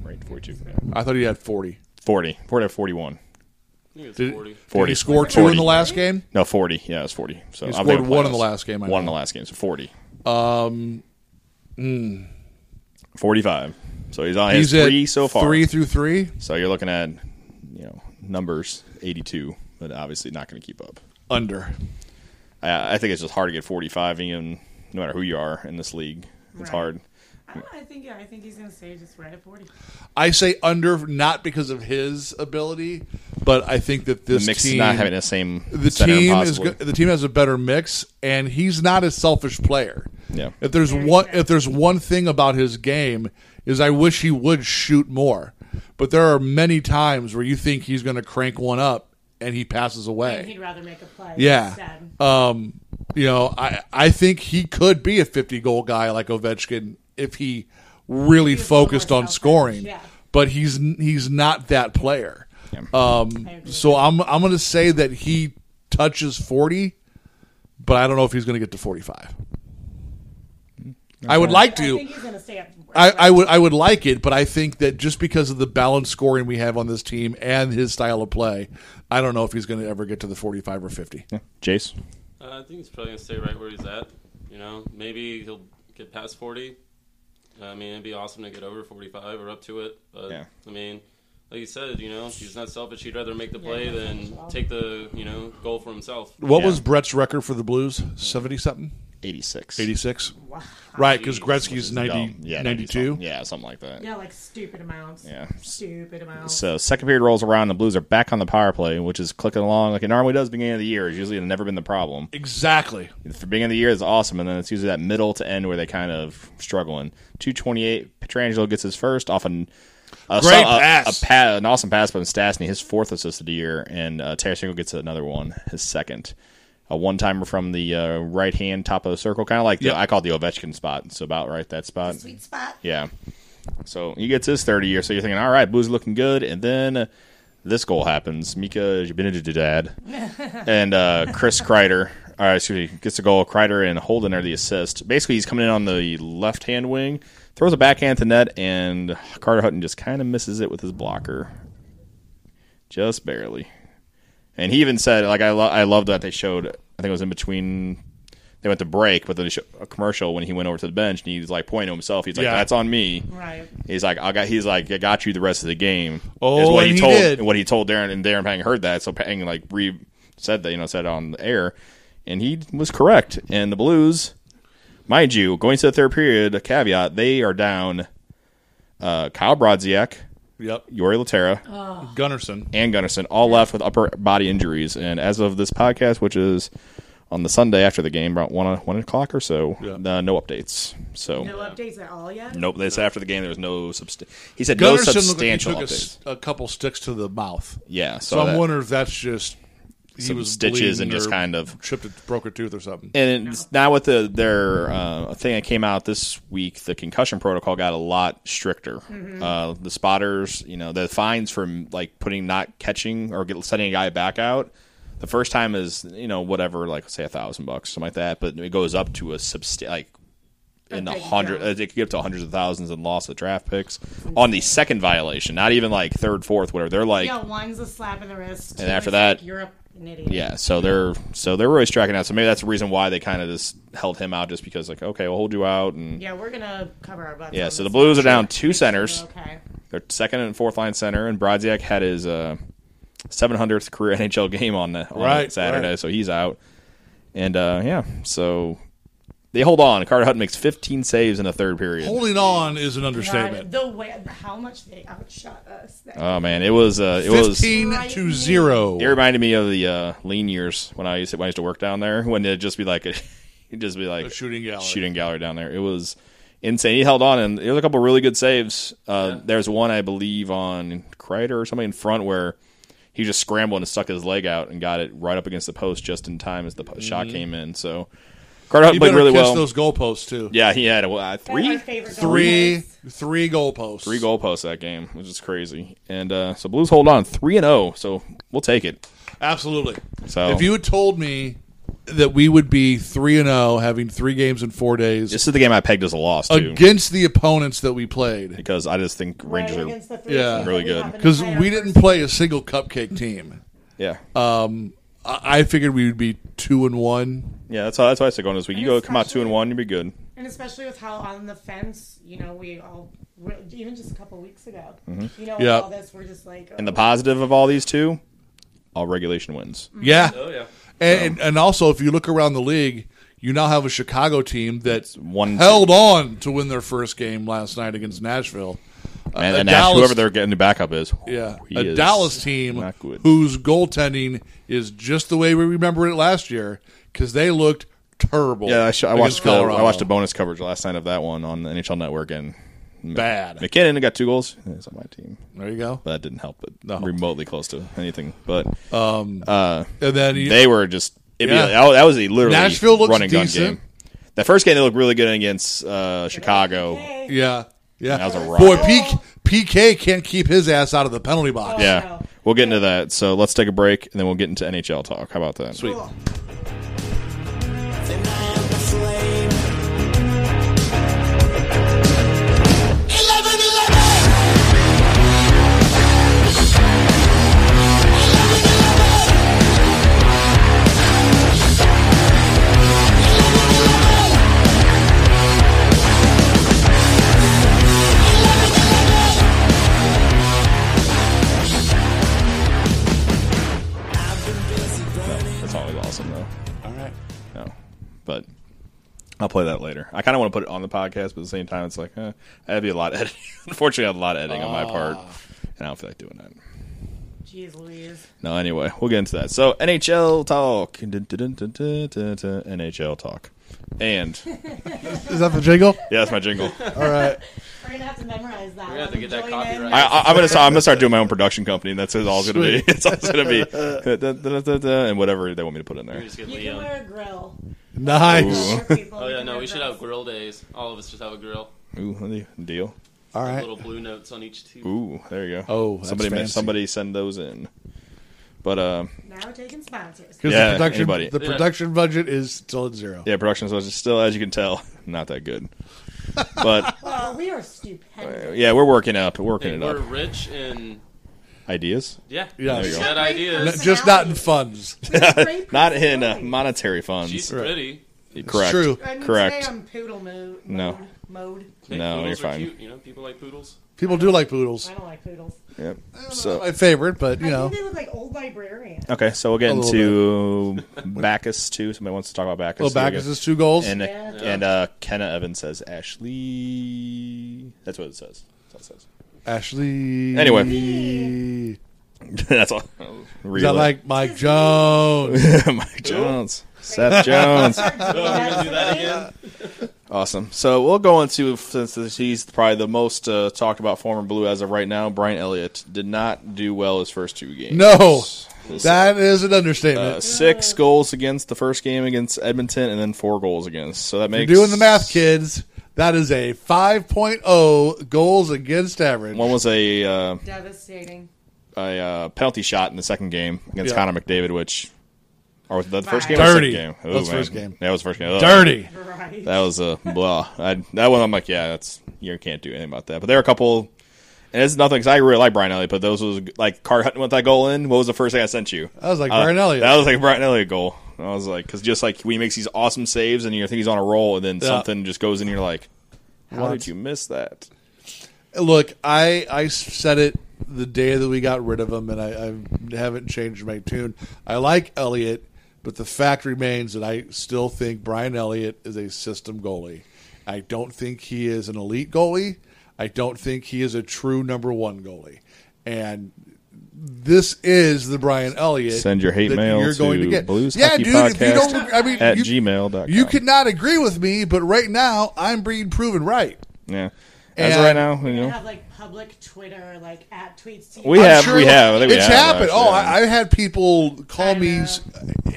[SPEAKER 4] Right, forty two.
[SPEAKER 5] I thought he had 40.
[SPEAKER 4] 40. 40 or 41.
[SPEAKER 2] I think it's
[SPEAKER 5] Did,
[SPEAKER 2] 40.
[SPEAKER 5] did
[SPEAKER 4] 40.
[SPEAKER 5] he score two in
[SPEAKER 4] 40.
[SPEAKER 5] the last game?
[SPEAKER 4] No, 40. Yeah, it's 40. So
[SPEAKER 5] He
[SPEAKER 4] I'm
[SPEAKER 5] scored
[SPEAKER 4] thinking
[SPEAKER 5] one in the
[SPEAKER 4] playoffs.
[SPEAKER 5] last game, I
[SPEAKER 4] one in
[SPEAKER 5] know.
[SPEAKER 4] the last game. So 40. Um, 45. So he's on his
[SPEAKER 5] hmm. He's at
[SPEAKER 4] three so far.
[SPEAKER 5] Three through three?
[SPEAKER 4] So you're looking at, you know, numbers 82, but obviously not going to keep up.
[SPEAKER 5] Under.
[SPEAKER 4] I, I think it's just hard to get 45 even no matter who you are in this league. It's
[SPEAKER 6] Right.
[SPEAKER 4] hard.
[SPEAKER 6] I, don't, I think I think he's gonna stay just right at forty.
[SPEAKER 5] I say under not because of his ability, but I think that
[SPEAKER 4] The
[SPEAKER 5] this
[SPEAKER 4] mix
[SPEAKER 5] team,
[SPEAKER 4] not having the same
[SPEAKER 5] the
[SPEAKER 4] center
[SPEAKER 5] team is
[SPEAKER 4] possibly.
[SPEAKER 5] go- the team has a better mix, and he's not a selfish player.
[SPEAKER 4] Yeah.
[SPEAKER 5] If there's
[SPEAKER 6] Very
[SPEAKER 5] one,
[SPEAKER 6] true.
[SPEAKER 5] if there's one thing about his game is, I wish he would shoot more. But there are many times where you think he's going to crank one up, and he passes away.
[SPEAKER 6] And he'd rather make a play.
[SPEAKER 5] Yeah.
[SPEAKER 6] Instead.
[SPEAKER 5] Um, you know, I I think he could be a 50 goal guy like Ovechkin if he really
[SPEAKER 6] was
[SPEAKER 5] focused
[SPEAKER 6] more
[SPEAKER 5] on
[SPEAKER 6] selfish,
[SPEAKER 5] scoring.
[SPEAKER 6] yeah.
[SPEAKER 5] But he's he's not that player. Um,
[SPEAKER 6] agree.
[SPEAKER 5] so I'm I'm going to say that he touches 40, but I don't know if he's going to get to 45. I would like
[SPEAKER 6] I
[SPEAKER 5] to.
[SPEAKER 6] think he's going to stay up.
[SPEAKER 5] I, I would I would like it, but I think that just because of the balanced scoring we have on this team and his style of play, I don't know if he's going to ever get to the 45 or 50.
[SPEAKER 4] Yeah. Jace.
[SPEAKER 2] Uh, I think he's probably gonna stay right where he's at. You know, maybe he'll get past forty. I mean, it'd be awesome to get over forty-five or up to it. But
[SPEAKER 4] Yeah.
[SPEAKER 2] I mean, like you said, you know, he's not selfish. He'd rather make the
[SPEAKER 6] Yeah,
[SPEAKER 2] play
[SPEAKER 6] he's not
[SPEAKER 2] than
[SPEAKER 6] selfish at all.
[SPEAKER 2] take the you know goal for himself.
[SPEAKER 5] What
[SPEAKER 4] Yeah.
[SPEAKER 5] was Brett's record for the Blues? 70 something?
[SPEAKER 4] 86.
[SPEAKER 5] 86? Right, because
[SPEAKER 2] Jeez.
[SPEAKER 5] Gretzky's 90,
[SPEAKER 4] Yeah,
[SPEAKER 5] 92.
[SPEAKER 4] 90-something. Yeah, something like that.
[SPEAKER 6] Yeah, like stupid amounts.
[SPEAKER 4] Yeah.
[SPEAKER 6] Stupid amounts.
[SPEAKER 4] So second period rolls around, and the Blues are back on the power play, which is clicking along like it normally does. Beginning of the year is usually never been the problem.
[SPEAKER 5] Exactly.
[SPEAKER 4] For beginning of the year is awesome, and then it's usually that middle to end where they kind of struggling. Two twenty eight, Petrangelo gets his first off an a,
[SPEAKER 5] Great
[SPEAKER 4] a- a-
[SPEAKER 5] pass.
[SPEAKER 4] a pa- an awesome pass by Stastny, his fourth assist of the year, and uh, Tarasenko gets another one, his second. A one timer from the uh, right hand top of the circle, kind of like the,
[SPEAKER 5] Yep.
[SPEAKER 4] I call it the Ovechkin spot. So about right that spot.
[SPEAKER 6] Sweet spot.
[SPEAKER 4] Yeah. So he gets his 30 year. So you're thinking, all right, Blues looking good. And then uh, this goal happens. Mika Zibanejad and uh, Chris Kreider, or excuse me, gets the goal. Kreider and Holden are the assist. Basically, he's coming in on the left hand wing, throws a backhand to net, and Carter Hutton just kind of misses it with his blocker. Just barely. And he even said, like, I, lo- I love that they showed, I think it was in between, they went to break, but then they showed a commercial when he went over to the bench and he's like pointing to himself. He's like,
[SPEAKER 5] Yeah.
[SPEAKER 4] that's on me.
[SPEAKER 6] Right.
[SPEAKER 4] He's like, I got. He's like, I got you the rest of the game.
[SPEAKER 5] Oh,
[SPEAKER 4] is what
[SPEAKER 5] and
[SPEAKER 4] he
[SPEAKER 5] he
[SPEAKER 4] told.
[SPEAKER 5] did.
[SPEAKER 4] What he told Darren, and Darren Pang heard that. So Pang like re said that, you know, said it on the air, and he was correct. And the Blues, mind you, going to the third period, a caveat, they are down. Uh, Kyle Brodziak,
[SPEAKER 5] Yep.
[SPEAKER 4] Yori Laterra,
[SPEAKER 5] Gunnarsson.
[SPEAKER 4] and Gunnarsson all left with upper body injuries. And as of this podcast, which is on the Sunday after the game, about one one o'clock or so,
[SPEAKER 5] Yeah.
[SPEAKER 4] uh, no updates. So
[SPEAKER 6] No updates at all yet?
[SPEAKER 4] Nope. This after the game, there was no subst- He said
[SPEAKER 5] Gunnarsson
[SPEAKER 4] no
[SPEAKER 5] looked like he
[SPEAKER 4] substantial
[SPEAKER 5] took a,
[SPEAKER 4] updates.
[SPEAKER 5] s- a couple sticks to the mouth.
[SPEAKER 4] yeah.
[SPEAKER 5] So,
[SPEAKER 4] So,
[SPEAKER 5] I'm
[SPEAKER 4] that-
[SPEAKER 5] wondering if that's just he
[SPEAKER 4] Some
[SPEAKER 5] was
[SPEAKER 4] stitches
[SPEAKER 5] bleeding
[SPEAKER 4] and just
[SPEAKER 5] or
[SPEAKER 4] kind of-
[SPEAKER 5] chipped a, broke a tooth or something.
[SPEAKER 4] and it's now with the their uh, thing that came out this week, the concussion protocol got a lot stricter. Uh, the spotters, you know, the fines from like putting not catching or get, sending a guy back out. The first time is you know whatever, like say a thousand bucks, something like that. But it goes up to a subst like in the
[SPEAKER 6] Okay,
[SPEAKER 4] hundred.
[SPEAKER 6] yeah.
[SPEAKER 4] It could get up to hundreds of thousands and loss of draft picks on the second violation. Not even like third, fourth, whatever. They're like
[SPEAKER 6] yeah, one's a slap in the wrist.
[SPEAKER 4] And
[SPEAKER 6] two
[SPEAKER 4] after
[SPEAKER 6] is like,
[SPEAKER 4] that-
[SPEAKER 6] you're a an idiot.
[SPEAKER 4] Yeah, so they're so they're really striking out. So maybe that's the reason why they kind of just held him out, just because like okay, we'll hold you out, and yeah.
[SPEAKER 6] Yeah, we're gonna cover our butts. on
[SPEAKER 4] so the
[SPEAKER 6] this
[SPEAKER 4] Blues are
[SPEAKER 6] one.
[SPEAKER 4] down two centers,
[SPEAKER 6] Okay.
[SPEAKER 4] their second and fourth line center, and Brodziak had his uh, 700th career NHL game on, the, on
[SPEAKER 5] Right,
[SPEAKER 4] Saturday,
[SPEAKER 5] right.
[SPEAKER 4] so he's out. And uh, yeah, so they hold on. Carter Hutton makes 15 saves in the third period.
[SPEAKER 5] Holding on is an
[SPEAKER 6] God,
[SPEAKER 5] understatement.
[SPEAKER 6] the way how much they outshot us. That
[SPEAKER 4] oh man, it was uh, it was
[SPEAKER 5] 15 to
[SPEAKER 6] Frightening.
[SPEAKER 5] 0.
[SPEAKER 4] It reminded me of the uh, lean years when I used to, when I used to work down there. When it'd just be like a, it'd just be like
[SPEAKER 5] A shooting gallery.
[SPEAKER 4] shooting gallery down there. It was insane. He held on, and there was a couple really good saves. Uh, There's one I believe on Kreider or something in front where he just scrambled and stuck his leg out and got it right up against the post just in time as the po- shot came in. So Carter Hutton
[SPEAKER 5] Mm-hmm. You
[SPEAKER 4] played
[SPEAKER 5] better
[SPEAKER 4] really
[SPEAKER 5] catch
[SPEAKER 4] well.
[SPEAKER 5] those goalposts, too.
[SPEAKER 4] yeah, he had uh,
[SPEAKER 6] That's
[SPEAKER 4] three
[SPEAKER 6] our favorite goal
[SPEAKER 5] Three,
[SPEAKER 6] was.
[SPEAKER 5] three goalposts.
[SPEAKER 4] three goalposts that game, which is crazy. And uh, so Blues hold on three and zero. So we'll take it.
[SPEAKER 5] Absolutely.
[SPEAKER 4] So-
[SPEAKER 5] if you had told me that we would be three and zero, having three games in four days
[SPEAKER 4] This is the game I pegged as a loss too.
[SPEAKER 5] against the opponents that we played,
[SPEAKER 4] because I just think
[SPEAKER 6] Right
[SPEAKER 4] Rangers
[SPEAKER 6] against
[SPEAKER 4] are
[SPEAKER 6] the three
[SPEAKER 5] Yeah.
[SPEAKER 6] teams that
[SPEAKER 4] Really
[SPEAKER 6] we
[SPEAKER 4] good.
[SPEAKER 6] happen to
[SPEAKER 5] because
[SPEAKER 6] play our
[SPEAKER 5] we didn't
[SPEAKER 6] first-
[SPEAKER 5] play a single cupcake team,
[SPEAKER 4] yeah
[SPEAKER 5] I I figured we would be two and one.
[SPEAKER 4] yeah that's how that's why I said going this week. You
[SPEAKER 6] And
[SPEAKER 4] go come out two and
[SPEAKER 6] especially-
[SPEAKER 4] one, you'll be good.
[SPEAKER 6] And especially with how on the fence, you know, we all were- even just a couple weeks ago, you know, with
[SPEAKER 5] Yeah.
[SPEAKER 6] all this, we're just like,
[SPEAKER 4] And Mm-hmm. the
[SPEAKER 6] oh,
[SPEAKER 4] positive of all these two, all regulation wins.
[SPEAKER 5] Yeah,
[SPEAKER 2] Oh yeah.
[SPEAKER 5] and, and also if you look around the league, you now have a Chicago team that
[SPEAKER 4] one-
[SPEAKER 5] held on to win their first game last night against Nashville.
[SPEAKER 4] And,
[SPEAKER 5] a
[SPEAKER 4] and Nash-
[SPEAKER 5] Dallas-
[SPEAKER 4] whoever they're getting the backup is,
[SPEAKER 5] Yeah,
[SPEAKER 4] he
[SPEAKER 5] a
[SPEAKER 4] is
[SPEAKER 5] Dallas team
[SPEAKER 4] not good.
[SPEAKER 5] whose goaltending is just the way we remember it last year because they looked terrible.
[SPEAKER 4] yeah, I, sh- I
[SPEAKER 5] against
[SPEAKER 4] watched the,
[SPEAKER 5] Colorado.
[SPEAKER 4] I watched a bonus coverage last night of that one on the NHL Network, and
[SPEAKER 5] Bad.
[SPEAKER 4] McKinnon got two goals. He's on my team,
[SPEAKER 5] There you go.
[SPEAKER 4] but that didn't help. But
[SPEAKER 5] No.
[SPEAKER 4] remotely close to anything. But
[SPEAKER 5] Um,
[SPEAKER 4] uh,
[SPEAKER 5] and then you,
[SPEAKER 4] they were just. It'd
[SPEAKER 5] Yeah.
[SPEAKER 4] be, that, that was a literally
[SPEAKER 5] Nashville looks
[SPEAKER 4] run and gun
[SPEAKER 5] decent.
[SPEAKER 4] game. That first game they looked really good against uh, Chicago.
[SPEAKER 6] Hey.
[SPEAKER 5] yeah, yeah.
[SPEAKER 4] That was a rock.
[SPEAKER 5] Boy, PK, PK can't keep his ass out of the penalty box.
[SPEAKER 4] Yeah, we'll get into that. So let's take a break and then we'll get into NHL talk. How about that? Sweet.
[SPEAKER 6] Cool.
[SPEAKER 3] Then I am the flame. 11, 11!
[SPEAKER 4] That's all awesome though.
[SPEAKER 5] All right.
[SPEAKER 4] No, but I'll play that later. I kind of want to put it on the podcast, but at the same time, it's like eh, that'd be a lot of editing. Unfortunately, I have a lot of editing on my part, and I don't feel like doing that.
[SPEAKER 6] Jeez Louise.
[SPEAKER 4] No, anyway, we'll get into that. So NHL talk, Dun-dun-dun-dun-dun-dun-dun. NHL talk, and yeah,
[SPEAKER 5] Is that the jingle?
[SPEAKER 4] that's my jingle.
[SPEAKER 5] All right.
[SPEAKER 6] We're gonna have to memorize that. We're
[SPEAKER 2] gonna have to get that copyright.
[SPEAKER 4] I, I, I'm gonna start, I'm gonna start doing my own production company. That's it, all it's gonna be.
[SPEAKER 5] Sweet.
[SPEAKER 4] It's all it's gonna be Da- da- da- da- da, and whatever they want me to put in
[SPEAKER 2] We
[SPEAKER 4] there.
[SPEAKER 2] just get
[SPEAKER 6] You can
[SPEAKER 2] Leo.
[SPEAKER 6] wear a grill.
[SPEAKER 5] Nice.
[SPEAKER 4] Ooh.
[SPEAKER 2] Oh yeah, no, we should have grill days. All of us just have a grill.
[SPEAKER 4] Ooh, deal.
[SPEAKER 5] All right.
[SPEAKER 2] Little blue notes on each tube.
[SPEAKER 4] Ooh, there you go.
[SPEAKER 5] Oh, that's
[SPEAKER 4] somebody,
[SPEAKER 5] fancy.
[SPEAKER 4] somebody send those in. But um,
[SPEAKER 6] Now we're taking sponsors.
[SPEAKER 5] Because
[SPEAKER 4] Yeah,
[SPEAKER 5] the production,
[SPEAKER 4] anybody.
[SPEAKER 5] the
[SPEAKER 2] Yeah.
[SPEAKER 5] production budget is still at zero.
[SPEAKER 4] yeah, production was still, as you can tell, not that good. But uh,
[SPEAKER 6] Oh, we are stupendous.
[SPEAKER 4] yeah, we're working up, working
[SPEAKER 2] Hey,
[SPEAKER 4] it
[SPEAKER 2] we're
[SPEAKER 4] up.
[SPEAKER 2] rich and
[SPEAKER 4] Ideas,
[SPEAKER 2] yeah,
[SPEAKER 5] Yeah.
[SPEAKER 4] There
[SPEAKER 2] she's
[SPEAKER 4] you
[SPEAKER 2] got
[SPEAKER 6] go.
[SPEAKER 5] N-
[SPEAKER 2] ideas.
[SPEAKER 6] That's
[SPEAKER 5] Just not in funds.
[SPEAKER 6] Great
[SPEAKER 4] not in uh,
[SPEAKER 6] personality.
[SPEAKER 4] monetary funds.
[SPEAKER 2] She's pretty.
[SPEAKER 4] Correct.
[SPEAKER 5] true.
[SPEAKER 6] I mean,
[SPEAKER 4] Correct.
[SPEAKER 6] Today I'm poodle mood.
[SPEAKER 4] No.
[SPEAKER 6] mode- Mode.
[SPEAKER 2] Hey,
[SPEAKER 4] No,
[SPEAKER 2] poodles
[SPEAKER 4] you're
[SPEAKER 2] are
[SPEAKER 4] fine.
[SPEAKER 2] Cute. You know, people like poodles.
[SPEAKER 5] People do like poodles.
[SPEAKER 6] I don't like poodles.
[SPEAKER 4] Yep.
[SPEAKER 5] Not
[SPEAKER 4] So
[SPEAKER 5] my favorite, but you
[SPEAKER 6] I
[SPEAKER 5] know,
[SPEAKER 6] think they look like old librarians.
[SPEAKER 4] okay, so we'll get
[SPEAKER 5] A little
[SPEAKER 4] into Bacchus too. Somebody wants to talk about Bacchus.
[SPEAKER 5] little Backus is two goals.
[SPEAKER 4] and
[SPEAKER 6] Yeah.
[SPEAKER 4] and uh, Kenna Evans says Ashley. That's what it says. That's all it
[SPEAKER 5] Ashley.
[SPEAKER 4] Anyway. says. That's all.
[SPEAKER 5] Is that like Mike Jones?
[SPEAKER 4] Mike Jones, Seth Jones.
[SPEAKER 2] Do that again.
[SPEAKER 4] Awesome. So we'll go into since this- he's probably the most uh, talked about former Blue as of right now. Brian Elliott did not do well his first two games.
[SPEAKER 5] No,
[SPEAKER 4] This-
[SPEAKER 5] that is an
[SPEAKER 4] uh,
[SPEAKER 5] understatement.
[SPEAKER 4] six goals against the first game against Edmonton, and then four goals against. So that
[SPEAKER 5] You're
[SPEAKER 4] makes
[SPEAKER 5] doing the math, kids. That is a 5.0 goals against average.
[SPEAKER 4] One was a uh,
[SPEAKER 6] Devastating.
[SPEAKER 4] a uh, penalty shot in the second game against
[SPEAKER 5] Yeah.
[SPEAKER 4] Connor McDavid, which or was that the first
[SPEAKER 6] Bye.
[SPEAKER 4] game, or
[SPEAKER 5] Dirty.
[SPEAKER 4] the second game.
[SPEAKER 5] That was first game.
[SPEAKER 4] That was first game. Ugh.
[SPEAKER 5] Dirty.
[SPEAKER 6] Right.
[SPEAKER 4] That was a blah. I, that one, I'm like, yeah, that's you can't do anything about that. But there are a couple, and it's nothing because I really like Brian Elliott. But those was like Carter Hutton with that goal in. What was the first thing I sent you?
[SPEAKER 5] That was like
[SPEAKER 4] Uh,
[SPEAKER 5] Brian Elliott.
[SPEAKER 4] That was like a Brian Elliott goal. And I was like, because just like when he makes these awesome saves and you think he's on a roll, and then
[SPEAKER 5] Yeah.
[SPEAKER 4] something just goes in, you're like, how
[SPEAKER 5] What?
[SPEAKER 4] did you miss that?
[SPEAKER 5] Look, I I said it the day that we got rid of him, and I, I haven't changed my tune. I like Elliott, but the fact remains that I still think Brian Elliott is a system goalie. I don't think he is an elite goalie. I don't think he is a true number one goalie. And this is the Brian Elliott.
[SPEAKER 4] Send your hate
[SPEAKER 5] that
[SPEAKER 4] mail
[SPEAKER 5] you're going
[SPEAKER 4] to
[SPEAKER 5] to get.
[SPEAKER 4] Blues
[SPEAKER 5] yeah,
[SPEAKER 4] Hockey
[SPEAKER 5] dude. if you
[SPEAKER 4] Podcast
[SPEAKER 5] don't, I mean,
[SPEAKER 4] at
[SPEAKER 5] you,
[SPEAKER 4] gmail.com.
[SPEAKER 5] You could not agree with me, but right now I'm being proven right.
[SPEAKER 4] yeah. As of
[SPEAKER 5] And-
[SPEAKER 4] right now, you
[SPEAKER 6] We
[SPEAKER 4] know,
[SPEAKER 6] have like public Twitter, like at tweets. To you.
[SPEAKER 4] We
[SPEAKER 5] I'm
[SPEAKER 4] have- we have. I think we
[SPEAKER 5] it's
[SPEAKER 4] have,
[SPEAKER 5] happened.
[SPEAKER 4] actually,
[SPEAKER 5] oh,
[SPEAKER 4] yeah.
[SPEAKER 5] I, I've had people call
[SPEAKER 6] I
[SPEAKER 5] me
[SPEAKER 6] know.
[SPEAKER 5] s-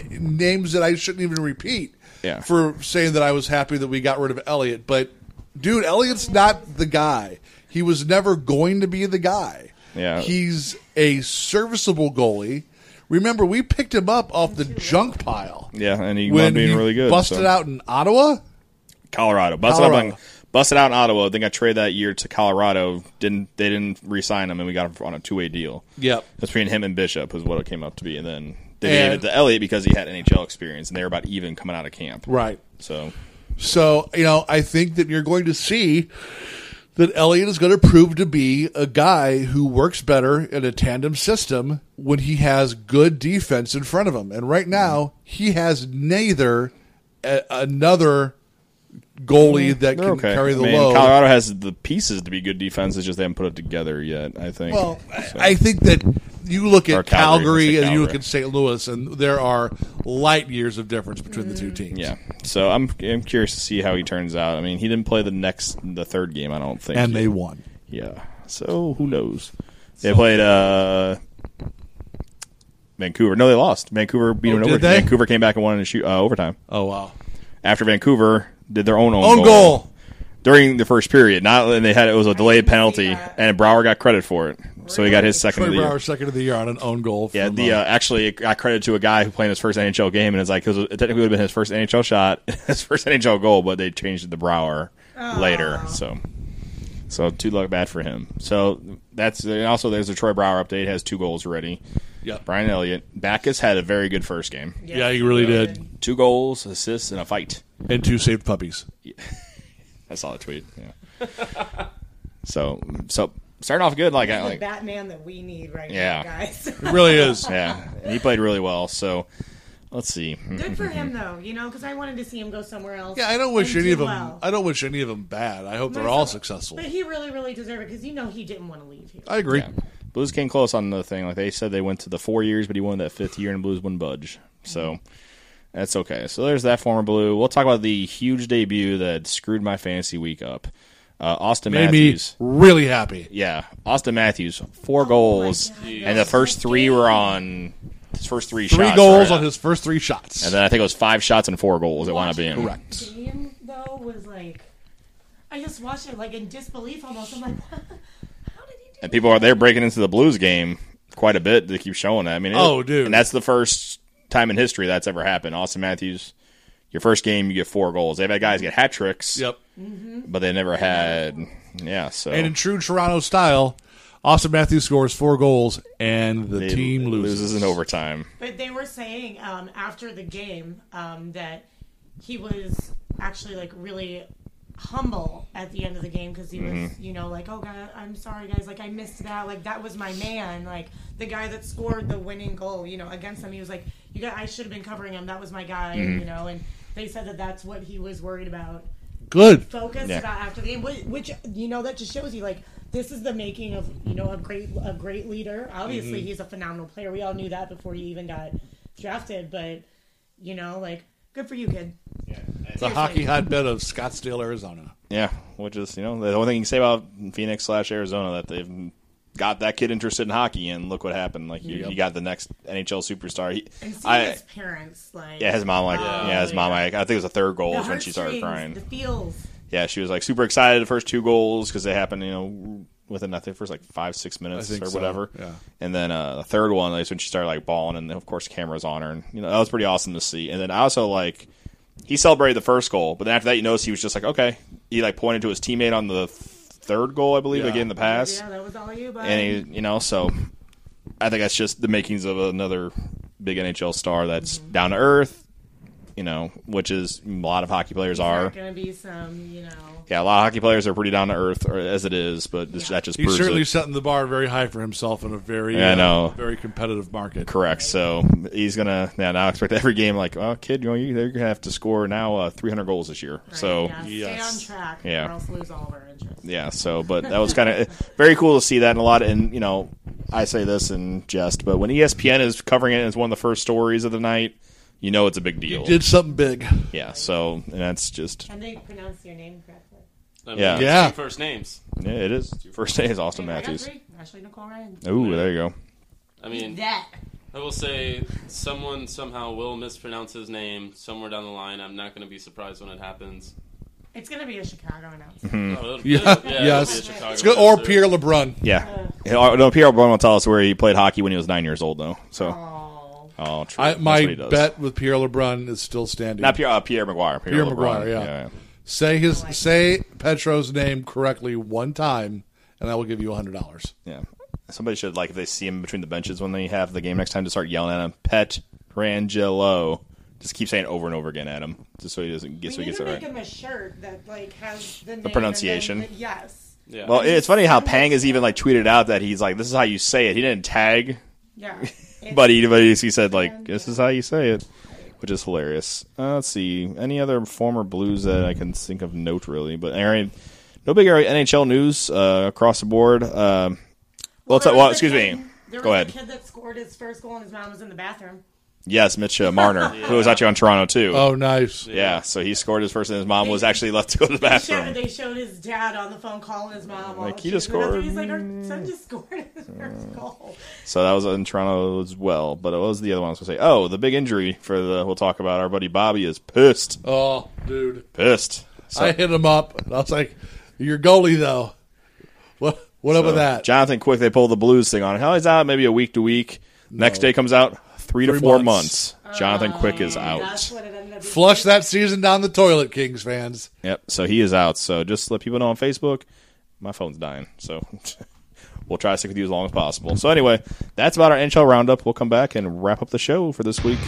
[SPEAKER 5] names that I shouldn't even repeat
[SPEAKER 4] Yeah.
[SPEAKER 5] for saying that I was happy that we got rid of Elliot. But dude, Elliot's not the guy. He was never going to be the guy.
[SPEAKER 4] Yeah.
[SPEAKER 5] he's a serviceable goalie. Remember, we picked him up off the junk pile
[SPEAKER 4] yeah, and he
[SPEAKER 5] when
[SPEAKER 4] wound being
[SPEAKER 5] he
[SPEAKER 4] really good.
[SPEAKER 5] busted
[SPEAKER 4] so.
[SPEAKER 5] out in Ottawa.
[SPEAKER 4] Colorado. Busted
[SPEAKER 5] Colorado.
[SPEAKER 4] up on busted out in Ottawa. Then got traded that year to Colorado. Didn't they didn't re-sign him, and we got him on a two-way deal.
[SPEAKER 5] Yep.
[SPEAKER 4] That's between him and Bishop is what it came up to be, and then they gave
[SPEAKER 5] And-
[SPEAKER 4] it to Elliott because he had NHL experience, and they were about even coming out of camp.
[SPEAKER 5] Right.
[SPEAKER 4] So
[SPEAKER 5] So, you know, I think that you're going to see that Elliott is going to prove to be a guy who works better in a tandem system when he has good defense in front of him. And right now, he has neither a- another goalie that
[SPEAKER 4] they're
[SPEAKER 5] can
[SPEAKER 4] Mm-hmm. okay.
[SPEAKER 5] carry the
[SPEAKER 4] I mean,
[SPEAKER 5] load.
[SPEAKER 4] Colorado has the pieces to be good defenses, just they haven't put it together yet. I think.
[SPEAKER 5] Well,
[SPEAKER 4] So,
[SPEAKER 5] I I think that you look
[SPEAKER 4] Or
[SPEAKER 5] at
[SPEAKER 4] Calgary, let's
[SPEAKER 5] Calgary,
[SPEAKER 4] say
[SPEAKER 5] and you look
[SPEAKER 4] Calgary.
[SPEAKER 5] at St. Louis, and there are light years of difference between the two teams.
[SPEAKER 4] Mm. Yeah. So I'm I'm curious to see how he turns out. I mean, he didn't play the next the third game, I don't think.
[SPEAKER 5] and they won.
[SPEAKER 4] Yeah. So who knows? They played uh Vancouver. No, they lost. Vancouver beat
[SPEAKER 5] Oh,
[SPEAKER 4] them in
[SPEAKER 5] did
[SPEAKER 4] overtime.
[SPEAKER 5] they?
[SPEAKER 4] Vancouver came back and won in a shoot, uh, overtime.
[SPEAKER 5] Oh wow!
[SPEAKER 4] After Vancouver did their own own,
[SPEAKER 5] Own goal.
[SPEAKER 4] during the first period. Not and they had it was a delayed
[SPEAKER 6] didn't see
[SPEAKER 4] penalty,
[SPEAKER 6] that.
[SPEAKER 4] and Brower got credit for it. So he got his second
[SPEAKER 5] Troy
[SPEAKER 4] of the year.
[SPEAKER 5] Brower, second of the year on an own goal.
[SPEAKER 4] Yeah,
[SPEAKER 5] from,
[SPEAKER 4] the uh, actually it got credit to a guy who played his first NHL game, and it's like it, was, it technically would have been his first NHL shot, his first NHL goal, but they changed it to Brower later. So, so too luck bad for him. So that's and also there's a Troy Brower update has two goals already.
[SPEAKER 5] Yep.
[SPEAKER 4] Brian Elliott Backus had a very good first game,
[SPEAKER 5] Yeah, he really
[SPEAKER 6] Yeah.
[SPEAKER 5] did.
[SPEAKER 4] two goals, assists, and a fight.
[SPEAKER 5] and two saved puppies.
[SPEAKER 4] I saw the tweet. Yeah. so so starting off good, like I
[SPEAKER 6] The
[SPEAKER 4] like
[SPEAKER 6] Batman that we need right
[SPEAKER 4] Yeah.
[SPEAKER 6] now, guys.
[SPEAKER 5] It really is.
[SPEAKER 4] yeah, and he played really well. So let's see.
[SPEAKER 6] Good for him though, you know, because I wanted to see him go somewhere else.
[SPEAKER 5] Yeah, I don't wish
[SPEAKER 6] and
[SPEAKER 5] any
[SPEAKER 6] do
[SPEAKER 5] of them.
[SPEAKER 6] well.
[SPEAKER 5] I don't wish any of them bad. I hope they're
[SPEAKER 6] Myself.
[SPEAKER 5] all successful.
[SPEAKER 6] But he really, really deserved it because you know he didn't want to leave here.
[SPEAKER 5] I agree.
[SPEAKER 4] Yeah. Blues came close on the thing. Like they said, they went to the four years, but he won that fifth year, and Blues wouldn't budge. So that's okay. So there's that former Blue. We'll talk about the huge debut that screwed my fantasy week up. Uh, Austin
[SPEAKER 5] Made
[SPEAKER 4] Matthews.
[SPEAKER 5] me really happy.
[SPEAKER 4] Yeah, Austin Matthews, four goals,
[SPEAKER 6] God.
[SPEAKER 4] and the first three were on his first three,
[SPEAKER 5] Three
[SPEAKER 4] shots.
[SPEAKER 5] goals
[SPEAKER 4] right?
[SPEAKER 5] on his first three shots.
[SPEAKER 4] and then I think it was five shots and four goals. It wound up being
[SPEAKER 5] Correct.
[SPEAKER 6] Game though was like, I just watched it like in disbelief almost. I'm like, how did he do?
[SPEAKER 4] And people are they're breaking into the Blues game quite a bit. They keep showing that. I mean, it-
[SPEAKER 5] Oh, dude.
[SPEAKER 4] and that's the first time in history that's ever happened. Austin Matthews, your first game, you get four goals. They've had guys get hat tricks,
[SPEAKER 5] Yep.
[SPEAKER 4] but they never had. Yeah, so
[SPEAKER 5] And in true Toronto style, Austin Matthews scores four goals, and the
[SPEAKER 4] they-
[SPEAKER 5] team loses.
[SPEAKER 4] in overtime.
[SPEAKER 6] But they were saying um, after the game um, that he was actually like really humble at the end of the game because he was, you know, like, oh god, I'm sorry guys, like I missed that, like that was my man, like the guy that scored the winning goal, you know, against them. He was like, you got, I should have been covering him. That was my guy, you know. And they said that that's what he was worried about.
[SPEAKER 5] Good.
[SPEAKER 6] Focused
[SPEAKER 4] Yeah.
[SPEAKER 6] about after the game, whi- which you know that just shows you like this is the making of you know a great a great leader.
[SPEAKER 4] Mm-hmm.
[SPEAKER 6] Obviously, he's a phenomenal player. We all knew that before he even got drafted. But you know, like good for you, kid.
[SPEAKER 5] The hockey hotbed of Scottsdale, Arizona.
[SPEAKER 4] Yeah, which is you know the only thing you can say about Phoenix slash Arizona that they've got that kid interested in hockey, and look what happened. Like you,
[SPEAKER 5] Yep.
[SPEAKER 4] you got the next NHL superstar. He,
[SPEAKER 6] And seeing
[SPEAKER 4] I.
[SPEAKER 6] his parents, like
[SPEAKER 4] Yeah, his mom like
[SPEAKER 6] Oh,
[SPEAKER 4] yeah, his mom
[SPEAKER 6] yeah.
[SPEAKER 4] like I think it was the third goal
[SPEAKER 6] the
[SPEAKER 4] is when she started crying.
[SPEAKER 6] heartstrings, the feels.
[SPEAKER 4] yeah, she was like super excited the first two goals because they happened, you know, within I think first like five six minutes
[SPEAKER 5] I think
[SPEAKER 4] or
[SPEAKER 5] so,
[SPEAKER 4] whatever.
[SPEAKER 5] yeah.
[SPEAKER 4] And then uh, the third one is when she started like balling, and then, of course cameras on her, and you know that was pretty awesome to see. And then I also like he celebrated the first goal, but then after that you notice he was just like okay, he like pointed to his teammate on the th- third goal I believe
[SPEAKER 5] Yeah.
[SPEAKER 4] again the pass,
[SPEAKER 6] Yeah, that was all you, but
[SPEAKER 4] and he, you know so I think that's just the makings of another big NHL star that's
[SPEAKER 6] Mm-hmm.
[SPEAKER 4] down to earth. You know, which is a lot of hockey players are.
[SPEAKER 6] not gonna be some, you know.
[SPEAKER 4] Yeah, a lot of hockey players are pretty down to earth or as it is, but this,
[SPEAKER 6] Yeah.
[SPEAKER 4] that just
[SPEAKER 5] He's
[SPEAKER 4] proves
[SPEAKER 5] certainly
[SPEAKER 4] it.
[SPEAKER 5] setting the bar very high for himself in a very,
[SPEAKER 4] Yeah, I
[SPEAKER 5] uh,
[SPEAKER 4] know.
[SPEAKER 5] very competitive market.
[SPEAKER 4] correct. So he's gonna yeah, now I expect every game like, oh kid, you know, you- they're gonna have to score now uh, 300 goals this year.
[SPEAKER 6] Right,
[SPEAKER 4] so
[SPEAKER 6] yeah,
[SPEAKER 5] yes.
[SPEAKER 6] stay on track,
[SPEAKER 4] Yeah.
[SPEAKER 6] or else lose all of our interest.
[SPEAKER 4] yeah, so but that was kind of very cool to see that and a lot. And you know, I say this in jest, but when E ESPN is covering it as one of the first stories of the night, you know it's a big deal.
[SPEAKER 5] Did something big.
[SPEAKER 4] yeah, so and that's just
[SPEAKER 6] And they pronounce your name correctly.
[SPEAKER 2] I mean,
[SPEAKER 4] Yeah.
[SPEAKER 2] two
[SPEAKER 5] Yeah.
[SPEAKER 2] First names.
[SPEAKER 4] yeah, it is. First day is Austin
[SPEAKER 6] Hey, I got
[SPEAKER 4] Matthews.
[SPEAKER 6] three. Ashley Nicole Ryan.
[SPEAKER 4] Ooh, there you go.
[SPEAKER 2] I mean,
[SPEAKER 6] That.
[SPEAKER 2] I will say someone somehow will mispronounce his name somewhere down the line. I'm not going to be surprised when it happens.
[SPEAKER 6] It's gonna be a Chicago announcer.
[SPEAKER 2] Oh, it'll-
[SPEAKER 5] Yeah.
[SPEAKER 2] it'll- it'll be
[SPEAKER 5] Yes.
[SPEAKER 2] a Chicago
[SPEAKER 5] It's good. Or
[SPEAKER 2] concert.
[SPEAKER 5] Pierre LeBrun.
[SPEAKER 4] Yeah.
[SPEAKER 6] Uh,
[SPEAKER 4] uh, no, Pierre Brown will tell us where he played hockey when he was nine years old, though. So,
[SPEAKER 6] Oh,
[SPEAKER 4] oh, true.
[SPEAKER 5] I,
[SPEAKER 4] That's
[SPEAKER 5] my
[SPEAKER 4] what he does.
[SPEAKER 5] bet with Pierre LeBrun is still standing.
[SPEAKER 4] Not Pierre, uh, Pierre McGuire.
[SPEAKER 5] Pierre
[SPEAKER 4] LeBron.
[SPEAKER 5] McGuire, yeah. Say his say Petro's name correctly one time, and I will give you hundred dollars.
[SPEAKER 4] yeah, yeah. Somebody should like if they see him between the benches when they have the game next time to start yelling at him. Pet Rangelo. Just keep saying it over and over again at him, just so he doesn't get so
[SPEAKER 6] we
[SPEAKER 4] he
[SPEAKER 6] need
[SPEAKER 4] gets it
[SPEAKER 6] to make
[SPEAKER 4] right.
[SPEAKER 6] him a shirt that like has the, name and then
[SPEAKER 4] pronunciation.
[SPEAKER 6] the- yes.
[SPEAKER 2] Yeah.
[SPEAKER 4] well, it's funny how Pang has even like tweeted out that he's like, "This is how you say it." He didn't tag,
[SPEAKER 6] Yeah. It's-
[SPEAKER 4] but he, but he said like, "This is how you say it," which is hilarious. Uh, let's see any other former Blues that I can think of note really, but Aaron, no big NHL news uh, across the board. Um well, it's-
[SPEAKER 6] there
[SPEAKER 4] well,
[SPEAKER 6] was
[SPEAKER 4] excuse
[SPEAKER 6] the
[SPEAKER 4] me.
[SPEAKER 6] Ken- There
[SPEAKER 4] Go
[SPEAKER 6] was
[SPEAKER 4] ahead.
[SPEAKER 6] a kid that scored his first goal and his mom was in the bathroom.
[SPEAKER 4] Yes, Mitch uh, Marner, who was actually on Toronto too.
[SPEAKER 5] Oh, nice.
[SPEAKER 4] Yeah, so he scored his first, and his mom was actually left to go to the
[SPEAKER 6] They showed,
[SPEAKER 4] bathroom.
[SPEAKER 6] they showed his dad on the phone calling his mom. while
[SPEAKER 4] Like,
[SPEAKER 6] she
[SPEAKER 4] he just
[SPEAKER 6] was in the bathroom.
[SPEAKER 4] scored. Mm.
[SPEAKER 6] He's like, our son just scored his first goal.
[SPEAKER 4] So that was in Toronto as well. But what was the other one I was going to say? Oh, the big injury for the we'll talk about. Our buddy Bobby is pissed,
[SPEAKER 5] Oh, dude.
[SPEAKER 4] pissed. So,
[SPEAKER 5] I hit him up. And I was like, "Your goalie though. What? What up
[SPEAKER 4] so
[SPEAKER 5] with that?
[SPEAKER 4] Jonathan Quick, they pulled the Blues thing on. Hell, he's out maybe a week to week. Next day comes out three, to
[SPEAKER 5] Three
[SPEAKER 4] four
[SPEAKER 5] months.
[SPEAKER 4] months. Jonathan Quick is
[SPEAKER 6] Uh, That's
[SPEAKER 4] out.
[SPEAKER 6] what it ended up being.
[SPEAKER 5] Flush that season down the toilet, Kings fans.
[SPEAKER 4] Yep. So he is out. So just to let people know on Facebook, my phone's dying. So we'll try to stick with you as long as possible. So anyway, that's about our NHL roundup. We'll come back and wrap up the show for this week.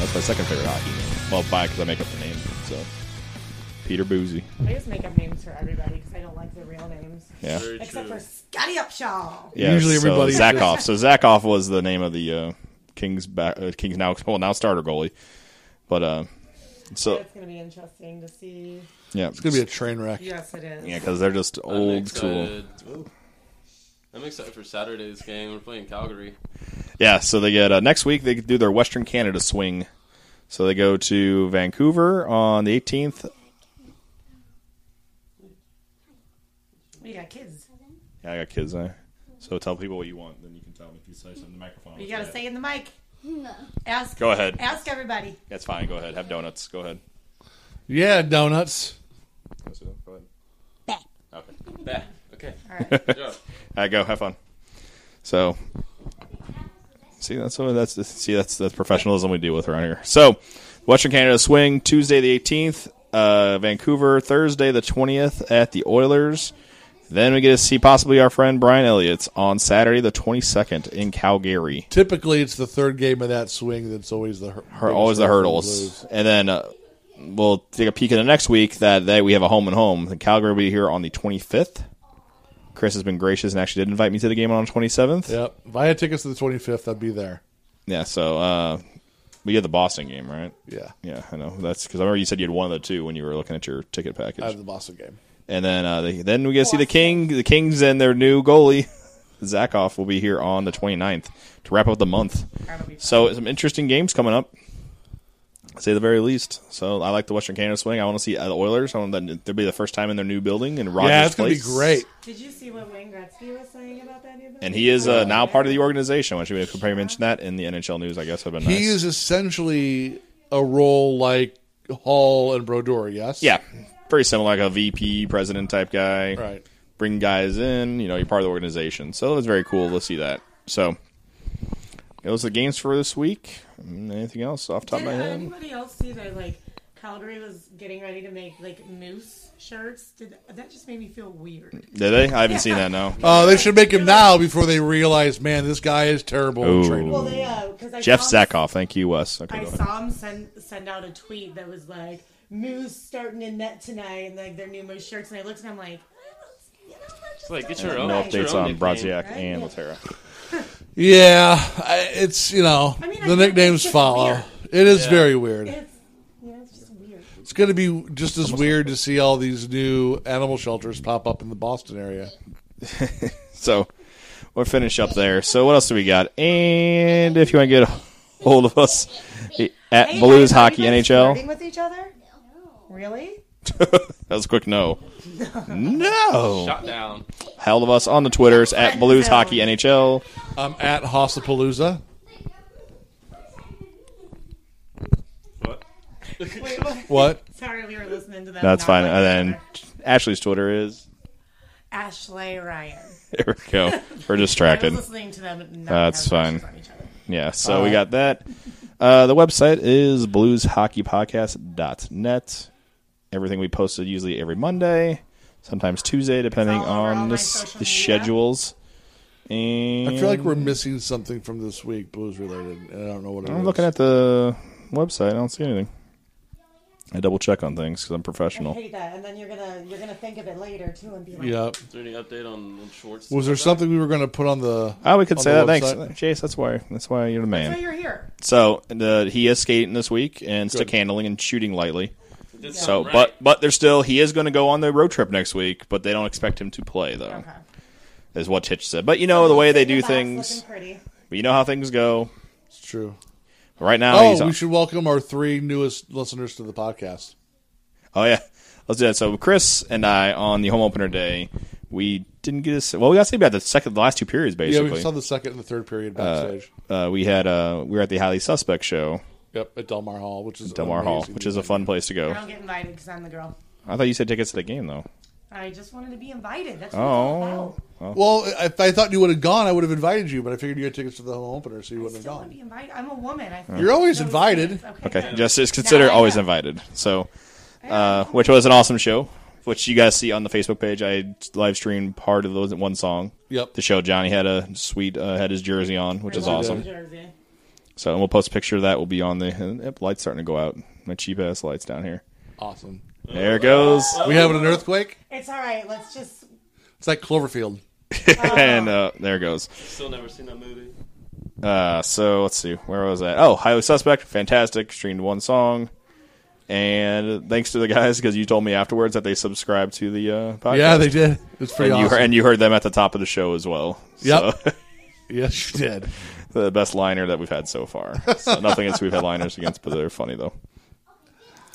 [SPEAKER 4] That's my second favorite hockey name. Well, by because I make up the name. So Peter Boozy.
[SPEAKER 6] I just make up names for everybody because I don't like the real names.
[SPEAKER 4] Yeah.
[SPEAKER 2] Very
[SPEAKER 6] Except
[SPEAKER 2] true.
[SPEAKER 6] for Scotty Upshaw.
[SPEAKER 4] Yeah,
[SPEAKER 5] Usually
[SPEAKER 4] so
[SPEAKER 5] everybody-
[SPEAKER 4] Zakoff. So Zakoff was the name of the uh, Kings back uh, Kings now well now starter goalie, but uh, so
[SPEAKER 6] That's going to be interesting to see.
[SPEAKER 4] yeah,
[SPEAKER 5] It's gonna be a train wreck.
[SPEAKER 6] Yes, it is.
[SPEAKER 4] yeah because they're just
[SPEAKER 2] I'm
[SPEAKER 4] old school.
[SPEAKER 2] excited. I'm excited for Saturday's game. We're playing Calgary.
[SPEAKER 4] Yeah, so they get uh, next week they do their Western Canada swing. So they go to Vancouver on the 18th.
[SPEAKER 6] We got kids.
[SPEAKER 4] Yeah, I got kids. Eh? So tell people what you want, then you can tell me if you say something. The microphone.
[SPEAKER 6] You got to say in the mic.
[SPEAKER 3] No.
[SPEAKER 6] Ask.
[SPEAKER 4] Go ahead.
[SPEAKER 6] Ask everybody.
[SPEAKER 4] That's fine. Go ahead. Have donuts. Go ahead.
[SPEAKER 5] Yeah, donuts.
[SPEAKER 4] Go ahead. Okay.
[SPEAKER 2] Back. Okay.
[SPEAKER 6] All right.
[SPEAKER 2] Good job.
[SPEAKER 4] I go have fun. So, see that's what that's see that's that's professionalism we deal with around here. So, Western Canada swing Tuesday the eighteenth, uh, Vancouver Thursday the twentieth at the Oilers. Then we get to see possibly our friend Brian Elliott's on Saturday the twenty second in Calgary.
[SPEAKER 5] Typically, it's the third game of that swing that's always the hur-
[SPEAKER 4] Hur- always the
[SPEAKER 5] biggest hurdle
[SPEAKER 4] hurdles, and then. Uh, We'll take a peek at the next week. That day we have a home and home. The Calgary will be here on the 25th. Chris has been gracious and actually did invite me to the game on the 27th.
[SPEAKER 5] to lose. Yep. If I had tickets to the 25th, I'd be there.
[SPEAKER 4] Yeah, so uh, we had the Boston game, right?
[SPEAKER 5] Yeah.
[SPEAKER 4] Yeah, I know. That's because I remember you said you had one of the two when you were looking at your ticket package,
[SPEAKER 5] I have the Boston game.
[SPEAKER 4] and then uh, they, then we get to see the King, the Kings, and their new goalie Zakoff will be here on the 29th to wrap up the month.
[SPEAKER 6] That'll be fun.
[SPEAKER 4] So some interesting games coming up, to say the very least. So I like the Western Canada swing. I want to see uh, the Oilers. I want them to be the first time in their new building in Rogers
[SPEAKER 5] yeah, it's gonna be
[SPEAKER 4] Place.
[SPEAKER 5] great.
[SPEAKER 6] Did you see what Wayne Gretzky was saying about that? event?
[SPEAKER 4] And he is uh, now part of the organization. Which we could probably mention that in the NHL news. I guess would have been
[SPEAKER 5] He
[SPEAKER 4] nice.
[SPEAKER 5] is essentially a role like Hall and Brodeur. Yes.
[SPEAKER 4] Yeah, pretty similar, like a VP president type guy.
[SPEAKER 5] Right.
[SPEAKER 4] Bring guys in. You know, you're part of the organization, so it was very cool to see that. So, those are the games for this week. Mm, Anything else off the top
[SPEAKER 6] Did
[SPEAKER 4] of my head?
[SPEAKER 6] anybody else see that? Like Calgary was getting ready to make like moose shirts. Did that just made me feel weird?
[SPEAKER 4] Did they? I haven't seen that. No.
[SPEAKER 5] Oh, they should make him now before they realize, man, this guy is terrible.
[SPEAKER 4] Ooh.
[SPEAKER 5] Trade him.
[SPEAKER 6] Well, they because I
[SPEAKER 4] Jeff
[SPEAKER 6] saw him-
[SPEAKER 4] Zakoff. Thank you, Wes. Okay,
[SPEAKER 6] I
[SPEAKER 4] go ahead.
[SPEAKER 6] saw him send send out a tweet that was like moose starting in net tonight and like their new moose shirts. And I looked and I'm like,
[SPEAKER 2] It's like get your own.
[SPEAKER 4] no
[SPEAKER 2] get your
[SPEAKER 4] updates
[SPEAKER 2] own
[SPEAKER 4] on
[SPEAKER 2] nickname.
[SPEAKER 4] Brodziak
[SPEAKER 6] Right?
[SPEAKER 4] and
[SPEAKER 6] Yeah.
[SPEAKER 4] Laterra.
[SPEAKER 5] Yeah, I- it's you know
[SPEAKER 6] I mean, I
[SPEAKER 5] the
[SPEAKER 6] think
[SPEAKER 5] nicknames
[SPEAKER 6] it's just
[SPEAKER 5] follow.
[SPEAKER 6] weird.
[SPEAKER 5] It is
[SPEAKER 2] Yeah.
[SPEAKER 5] very weird.
[SPEAKER 6] it's yeah, it's just weird.
[SPEAKER 5] It's going to be just as weird to see all these new animal shelters pop up in the Boston area.
[SPEAKER 4] So we'll finish up there. So what else do we got? And if you want to get a hold of us eh, at
[SPEAKER 6] Hey,
[SPEAKER 4] Blues
[SPEAKER 6] guys, are you
[SPEAKER 4] Hockey
[SPEAKER 6] guys
[SPEAKER 4] NHL,
[SPEAKER 6] flirting with each other? Really?
[SPEAKER 4] that was a quick no. no.
[SPEAKER 2] Shot down.
[SPEAKER 4] Held of us on the Twitters at Blues Hockey NHL.
[SPEAKER 5] I'm at Hossapalooza.
[SPEAKER 2] What?
[SPEAKER 6] Wait, what?
[SPEAKER 5] What?
[SPEAKER 6] Sorry, we were listening to that.
[SPEAKER 4] That's
[SPEAKER 6] Not
[SPEAKER 4] fine.
[SPEAKER 6] like
[SPEAKER 4] And then
[SPEAKER 6] each other.
[SPEAKER 4] Ashley's Twitter is.
[SPEAKER 6] Ashley Ryan.
[SPEAKER 4] There we go. We're
[SPEAKER 6] I was
[SPEAKER 4] distracted.
[SPEAKER 6] listening to them. Not
[SPEAKER 4] That's
[SPEAKER 6] have crushes
[SPEAKER 4] fine.
[SPEAKER 6] on each other.
[SPEAKER 4] Yeah, so we got that. Uh, the website is blueshockeypodcast.net. Everything we posted usually every Monday, sometimes Tuesday, depending
[SPEAKER 6] all over all
[SPEAKER 4] on
[SPEAKER 6] my
[SPEAKER 4] the, s-
[SPEAKER 6] social
[SPEAKER 4] the
[SPEAKER 6] media.
[SPEAKER 4] schedules. And
[SPEAKER 5] I feel like we're missing something from this week, blues related. and I don't know what it
[SPEAKER 4] I'm
[SPEAKER 5] is.
[SPEAKER 4] looking at the website. I don't see anything. I double check on things because I'm
[SPEAKER 6] I
[SPEAKER 4] professional.
[SPEAKER 6] hate that. And then you're gonna you're gonna think of it later too and be like,
[SPEAKER 5] Yeah.
[SPEAKER 2] Is there any update on, on Schwartz?
[SPEAKER 5] Was there something we were going to put on the?
[SPEAKER 4] Oh, we could
[SPEAKER 5] on
[SPEAKER 4] say that.
[SPEAKER 5] the
[SPEAKER 4] Thanks,
[SPEAKER 5] website?
[SPEAKER 4] Chase. That's why. That's why you're the
[SPEAKER 6] "That's
[SPEAKER 4] man.
[SPEAKER 6] why you're here."
[SPEAKER 4] So the, he is skating this week and stick handling and shooting lightly.
[SPEAKER 2] Did
[SPEAKER 4] So,
[SPEAKER 2] something right.
[SPEAKER 4] but but they're still he is going to go on the road trip next week, but they don't expect him to play though,
[SPEAKER 6] Okay.
[SPEAKER 4] is what Titch said. But you know Oh, the way they do
[SPEAKER 6] Your back's
[SPEAKER 4] things,
[SPEAKER 6] Looking pretty.
[SPEAKER 4] you know how things go.
[SPEAKER 5] It's true.
[SPEAKER 4] Right now,
[SPEAKER 5] Oh,
[SPEAKER 4] he's
[SPEAKER 5] we should welcome our three newest listeners to the podcast.
[SPEAKER 4] Oh yeah, let's do that. So Chris and I on the home opener day, we didn't get us. Well, we got to say about the second, the last two periods
[SPEAKER 5] Yeah,
[SPEAKER 4] basically.
[SPEAKER 5] we saw the second and the third period backstage.
[SPEAKER 4] uh, we had uh, we were at the highly suspect show,
[SPEAKER 5] yep, at Delmar Hall, which is
[SPEAKER 4] Delmar Hall,
[SPEAKER 5] Oh, amazing.
[SPEAKER 4] which is a fun place to
[SPEAKER 6] I
[SPEAKER 4] go.
[SPEAKER 6] don't get invited because I'm the girl.
[SPEAKER 4] I thought you said tickets to the game though.
[SPEAKER 6] I just wanted to be invited. That's what it's
[SPEAKER 4] Oh,
[SPEAKER 6] all about.
[SPEAKER 5] Well, if I thought you would have gone, I would have invited you, but I figured you had tickets to the home opener, so you
[SPEAKER 6] I
[SPEAKER 5] wouldn't have
[SPEAKER 6] still want to
[SPEAKER 5] gone.
[SPEAKER 6] be invited. I'm a woman. I
[SPEAKER 5] You're always invited.
[SPEAKER 4] okay.
[SPEAKER 6] good.
[SPEAKER 4] Just is considered
[SPEAKER 6] Now I
[SPEAKER 4] always
[SPEAKER 6] know.
[SPEAKER 4] invited. So, uh, which was an awesome show, which you guys see on the Facebook page. I live streamed part of those one song.
[SPEAKER 5] Yep.
[SPEAKER 4] The show Johnny had a sweet uh, had his jersey on, which is
[SPEAKER 6] I love
[SPEAKER 4] awesome.
[SPEAKER 6] New Jersey.
[SPEAKER 4] So and we'll post a picture of that. We'll be on the and, yep, lights starting to go out. My cheap ass lights down here.
[SPEAKER 5] Awesome.
[SPEAKER 4] There it goes.
[SPEAKER 5] We having an earthquake?
[SPEAKER 6] It's all right. Let's just.
[SPEAKER 5] It's like Cloverfield.
[SPEAKER 4] and uh, there it goes.
[SPEAKER 2] Still never seen that movie.
[SPEAKER 4] Uh, so let's see. Where was that? Oh, Highly Suspect. Fantastic. Streamed one song. And thanks to the guys because you told me afterwards that they subscribed to the uh, podcast.
[SPEAKER 5] Yeah, they did. It's pretty
[SPEAKER 4] And you,
[SPEAKER 5] awesome.
[SPEAKER 4] and you heard them at the top of the show as well.
[SPEAKER 5] Yep.
[SPEAKER 4] So,
[SPEAKER 5] yes, you did.
[SPEAKER 4] the best liner that we've had so far. So nothing against we've had liners against, but they're funny though.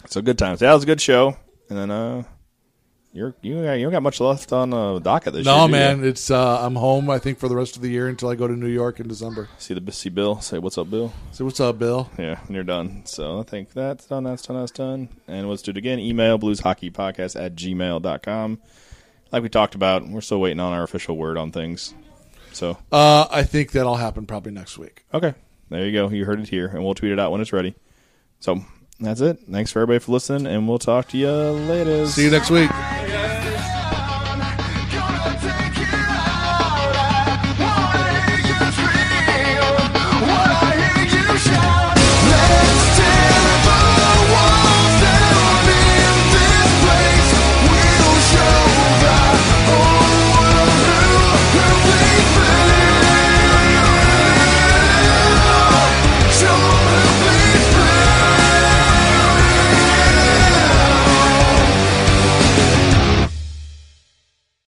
[SPEAKER 4] So good times. Yeah, it was a good show. And then uh, you're you you don't got much left on uh, the docket this year.
[SPEAKER 5] No,
[SPEAKER 4] do you?
[SPEAKER 5] man. It's uh, I'm home. I think for the rest of the year until I go to New York in December.
[SPEAKER 4] See the see Bill. Say what's up, Bill.
[SPEAKER 5] So what's up, Bill?
[SPEAKER 4] Yeah, and you're done. So I think that's done, that's done, that's done. And let's do it again. Email blueshockeypodcast at gmail.com. Like we talked about, we're still waiting on our official word on things. So,
[SPEAKER 5] Uh, I think that'll happen probably next week.
[SPEAKER 4] okay. There you go. You heard it here, and we'll tweet it out when it's ready. So that's it. Thanks for everybody for listening, and we'll talk to you later.
[SPEAKER 5] See you next week.
[SPEAKER 6] Bye.